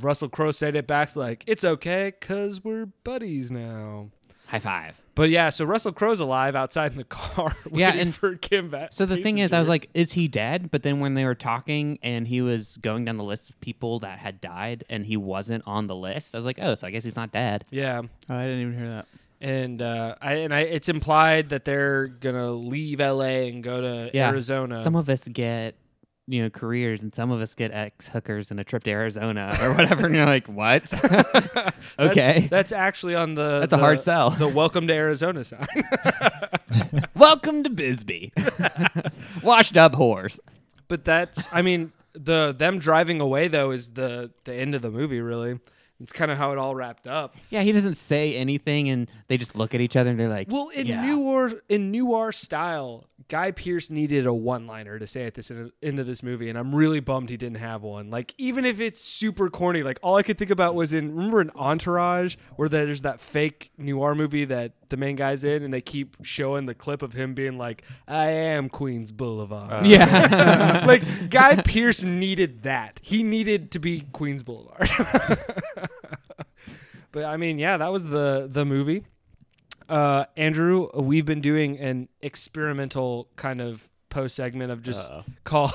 Russell Crowe said it back like, it's okay because we're buddies now.
High five.
But yeah, so Russell Crowe's alive outside in the car [LAUGHS] waiting
Yeah, and-
for Kim back.
So the thing is, I was like, is he dead? But then when they were talking and he was going down the list of people that had died and he wasn't on the list, I was like, oh, so I guess he's not dead.
yeah.
Oh, I didn't even hear that.
And uh, I and I, it's implied that they're gonna leave L.A. and go to
Yeah.
Arizona.
Some of us get, you know, careers and some of us get ex hookers and a trip to Arizona or whatever. and you're like, [LAUGHS] what?
That's-
okay. [LAUGHS]
that's, actually on the
That's a
the-
hard sell.
The Welcome to Arizona sign. [LAUGHS]
Welcome to [LAUGHS] Bisbee. Washed up whores.
But that's I mean the them driving away though is the the end of the movie really. It's kind of how it all wrapped up.
Yeah, he doesn't say anything and they just look at each other and they're like,
Well, in
yeah.
newer in newer style, Guy Pierce needed a one-liner to say at this en- end of this movie, and I'm really bummed he didn't have one. Like even if it's super corny, like all I could think about was in remember in Entourage where there's that fake noir movie that the main guy's in, and they keep showing the clip of him being like, "I am Queens Boulevard."
[LAUGHS] Yeah.
[LAUGHS]
[LAUGHS]
like Guy Pierce needed that. He needed to be Queens Boulevard. [LAUGHS] but I mean, yeah, that was the the movie. Uh, Andrew, we've been doing an experimental kind of post segment of just call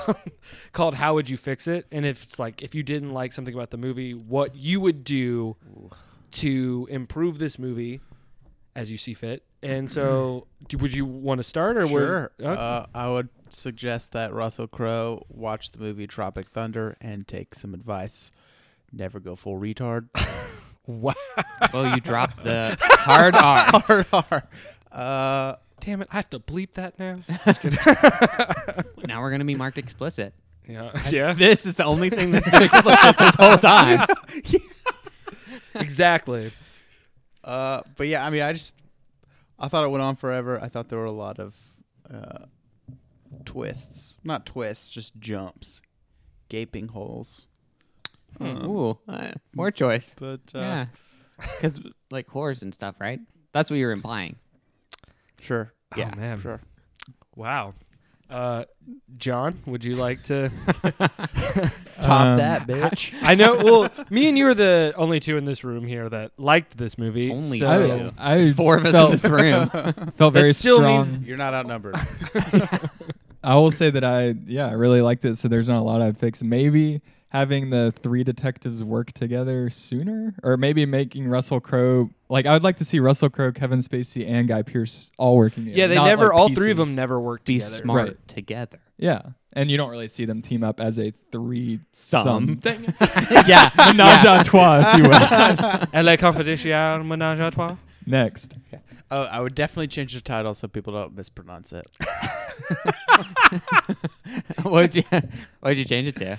called [LAUGHS] "How Would You Fix It?" And if it's like if you didn't like something about the movie, what you would do to improve this movie as you see fit. And so, do, would you want to start or
Sure.
We're, Oh. okay.
Uh, I would suggest that Russell Crowe watch the movie Tropic Thunder and take some advice. Never go
[LAUGHS]
full retard.
[LAUGHS] wow.
[LAUGHS] well, you dropped the hard R.
Hard R. Uh,
Damn it! I have to bleep that
[LAUGHS]
now.
Now we're gonna be marked explicit.
Yeah. Yeah.
This is the only thing that's been explicit this whole time.
exactly.
uh, but yeah, I mean, I just I thought it went on forever. I thought there were a lot of uh, twists, not twists, just jumps, gaping holes.
[LAUGHS] Ooh, uh, more choice.
But uh,
Yeah, because like whores and stuff, right? That's what you were implying.
sure,
Yeah.
Oh, man.
sure.
Wow. Uh, John, would you like
[LAUGHS]
to?
Top
Um,
that, bitch.
I know. Well, me and you are the only two in this room here that liked this movie.
Only
so-
two.
I, I
There's four of us
felt,
in this room.
felt very
That still
strong.
means-
You're
[LAUGHS]
not outnumbered.
I will say that I yeah I really liked it. So there's not a lot I'd fix. Maybe having the three detectives work together sooner, or maybe making Russell Crowe like I would like to see Russell Crowe, Kevin Spacey, and Guy Pierce all working together.
Yeah, they
not
never.
like
all three of them
pieces.
never
[LAUGHS]
worked
Be
together.
smart
Right.
together.
Yeah, and you don't really see them team up as a three
Some.
sum. [LAUGHS]
yeah,
Menage à trois, if you
[LAUGHS]
will.
LA Confidential, Menage à Trois.
Next,
oh, I would definitely change the title so people don't mispronounce it.
[LAUGHS] what'd you what'd you change it to?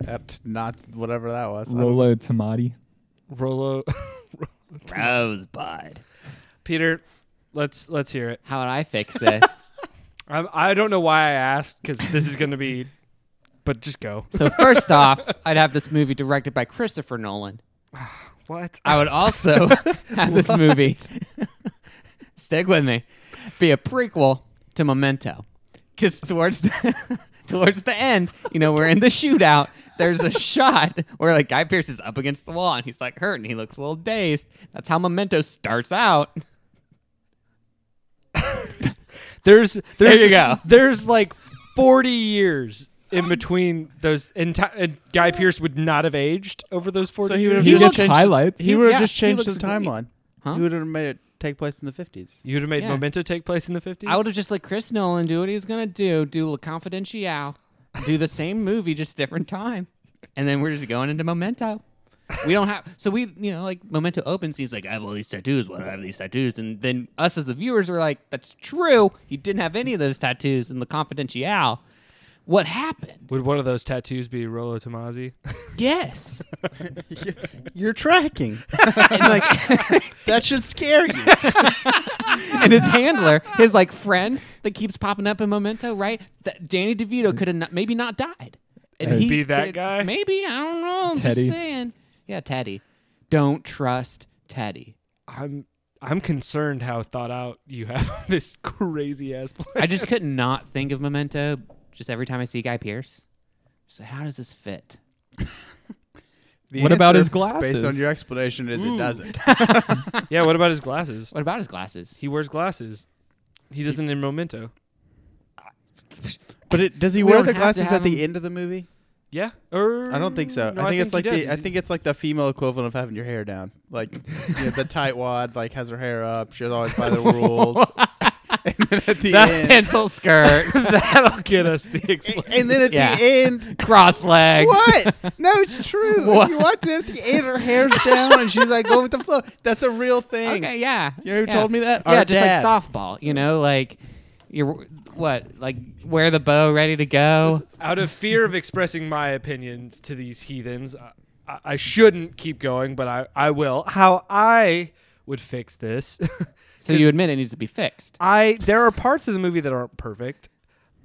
That's not whatever that was. I don't-
Rolo Tomati.
Rolo. [LAUGHS]
Rosebud.
Peter, let's let's hear it.
How would I fix this?
I I don't know why I asked because this is gonna be. But just go.
so first off, I'd have this movie directed by Christopher Nolan.
What?
I would also have this movie. [LAUGHS] Stick with me. Be a prequel to Memento, because towards the [LAUGHS] towards the end, you know, we're in the shootout. There's a shot where like Guy Pierce is up against the wall and he's like hurt and he looks a little dazed. That's how Memento starts out.
There's, there's
you go.
There's like 40 years in between those. And, ti- and Guy Pierce would not have aged over those 40
So he would
years.
have
He
just
looks
changed-
highlights.
He would have
yeah,
just
he
changed the
looks great.
timeline.
Huh?
He would have made it take place in the fifties.
You would have made
Yeah.
Memento take place in the 50s.
I would have just let Chris Nolan do what he was gonna do, do La Confidential, do the same movie just different time, and then we're just going into Memento. We don't have so we you know like Memento opens. He's like, I have all these tattoos. Why do I have these tattoos? And then us as the viewers are like, that's true. He didn't have any of those tattoos in La Confidential. What happened?
Would one of those tattoos be Rolo Tomasi?
[LAUGHS]
Yes. [LAUGHS]
You're tracking. And, like that should scare you.
and his handler, his like friend that keeps popping up in Memento, right? That Danny DeVito could have not, maybe not died. And
Maybe
that
it-
guy?
Maybe I don't know. I'm
Teddy.
Just saying. Yeah, Teddy. Don't trust Teddy.
I'm I'm concerned how thought out you have this crazy ass plan.
I just could not think of Memento. Just every time I see Guy Pierce, so how does this fit?
The
What about
answer,
his glasses?
Based on your explanation, is
Mm.
it doesn't.
yeah, what about his glasses?
What about his glasses?
[LAUGHS]
He wears glasses. He doesn't in Memento.
But it, does he
We
wear
don't
the
have to
glasses
have
at the
him-
end of the movie?
Yeah, or
I don't think so.
No,
I think it's like
he
the
does.
I think it's like the female equivalent of having your hair down. Like you know, the tight wad, like has her hair up. She's always by the rules. and then at the
That [LAUGHS]
end,
pencil
[LAUGHS]
skirt,
that'll get us
[LAUGHS]
the explanation.
and then at
Yeah.
the end,
cross legs.
what? No, it's true.
What?
If you watch it at the end, her hair's down, and she's like, "Go with the flow." That's a real thing.
Okay, yeah.
You know who
yeah.
told me that?
Yeah,
Our
just
dad.
like softball. You know, like you're what, like wear the bow, ready to go.
Out of fear of expressing my opinions to these heathens, I, I I shouldn't keep going, but I, I will. How I would fix this. [LAUGHS]
So you admit it needs to be fixed.
I there are parts of the movie that aren't perfect.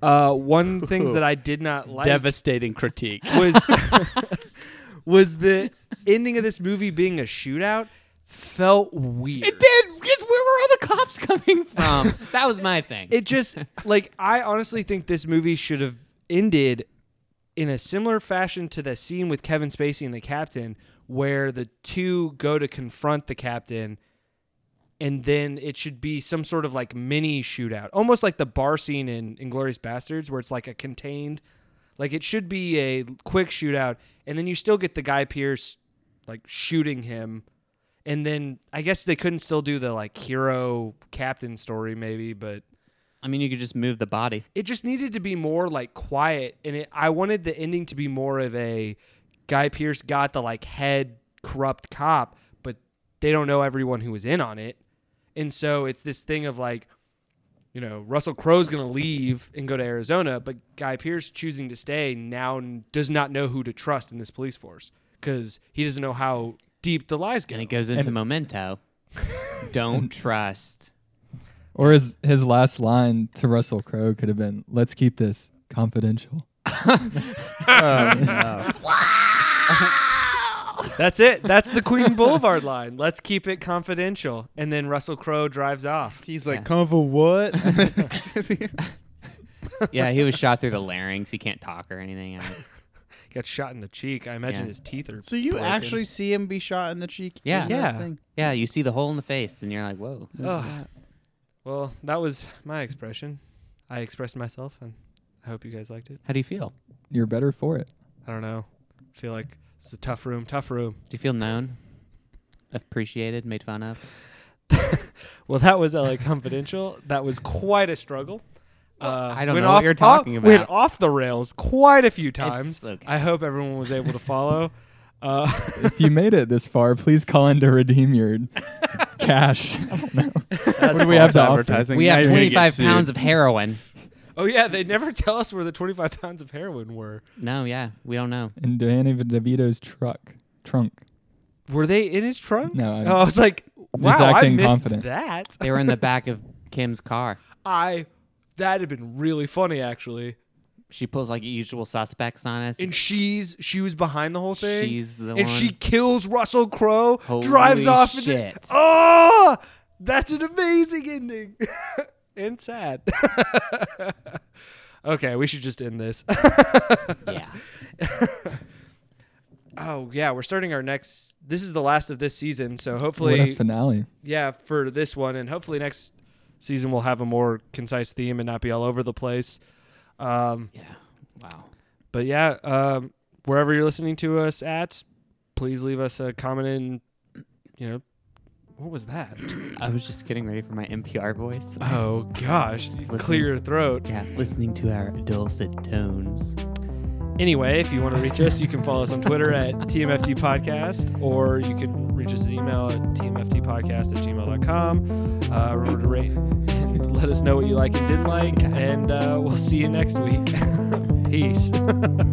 Uh,
[LAUGHS]
one things that I did not like
Devastating critique.
[LAUGHS] was
[LAUGHS]
was the ending of this movie being a shootout felt weird.
It did. Because where were all the cops [LAUGHS] coming from? that was my thing.
It just like I honestly think this movie should have ended in a similar fashion to the scene with Kevin Spacey and the captain where the two go to confront the captain and then it should be some sort of like mini shootout. Almost like the bar scene in Inglorious Bastards where it's like a contained like it should be a quick shootout and then you still get the guy Pierce like shooting him and then I guess they couldn't still do the like hero captain story maybe but
I mean, you could just move the body.
it just needed to be more like quiet and it, i wanted the ending to be more of a guy pierce got the like head corrupt cop but they don't know everyone who was in on it and so it's this thing of like you know russell crowe's going to leave and go to arizona but guy pierce choosing to stay now n- does not know who to trust in this police force because he doesn't know how deep the lies go
And it goes into [LAUGHS]
And-
memento. Don't trust.
Or his his last line to Russell Crowe could have been, "Let's keep this confidential."
that's it that's the queen boulevard line let's keep it confidential and then russell crowe drives off
He's
Yeah.
like, "Come for what?"
Yeah, he was shot through the larynx. He can't talk or anything. I mean,
got shot in the cheek. I imagine
Yeah.
his teeth are.
so you
broken.
actually see him be shot in the cheek?
Yeah.
in that
Yeah.
thing?
yeah, you see the hole in the face, and you're like, whoa.
Ugh. Well, that was my expression. I expressed myself, and I hope you guys liked it.
How do you feel?
You're better for it.
I don't know. I feel like it's a tough room. Tough room.
Do you feel known, appreciated, made fun of?
Well, that was LA Confidential.
[LAUGHS]
that was quite a struggle. Uh,
Well, I don't
went
know what
off-
you're talking
off- Went
about.
off the rails quite a few times.
okay.
I hope everyone was able to
[LAUGHS]
follow. Uh, [LAUGHS]
if you made it this far, please call in to redeem your cash. I don't know.
That's
do we have
false
to offer?
advertising.
We
Now
have
you're gonna get
25
sued.
pounds of heroin.
oh yeah, they never tell us where the 25 pounds of heroin were.
No, yeah, we don't know.
In Danny DeVito's truck trunk.
Were they in his trunk?
No, I'm-
Oh, I was like, wow,
just
I
acting
missed
confident.
that.
They were in the back of Kim's car.
I that had been really funny actually.
She pulls like usual suspects on us.
And she's she was behind the whole thing.
She's the
and
one.
she kills Russell Crowe,
Holy
drives off.
shit.
And, oh, that's an amazing ending. [LAUGHS] and sad. [LAUGHS] okay, we should just end this. [LAUGHS]
yeah.
oh yeah, we're starting our next. This is the last of this season, so hopefully
What a finale.
yeah, for this one, and hopefully next season we'll have a more concise theme and not be all over the place. Um,
Yeah. Wow.
but yeah, um, wherever you're listening to us at, please leave us a comment and you know, what was that?
I was just getting ready for my NPR voice.
[LAUGHS] Oh gosh,
Just listen.
clear your throat.
Yeah, listening to our dulcet tones.
Anyway, if you want to reach us, you can follow us on Twitter at
[LAUGHS]
TMFD Podcast, or you can reach us an email at tmftpodcast at gmail.com. Uh, remember to rate and
[LAUGHS]
let us know what you like and didn't like, and uh, we'll see you next week. [LAUGHS] Peace. [LAUGHS]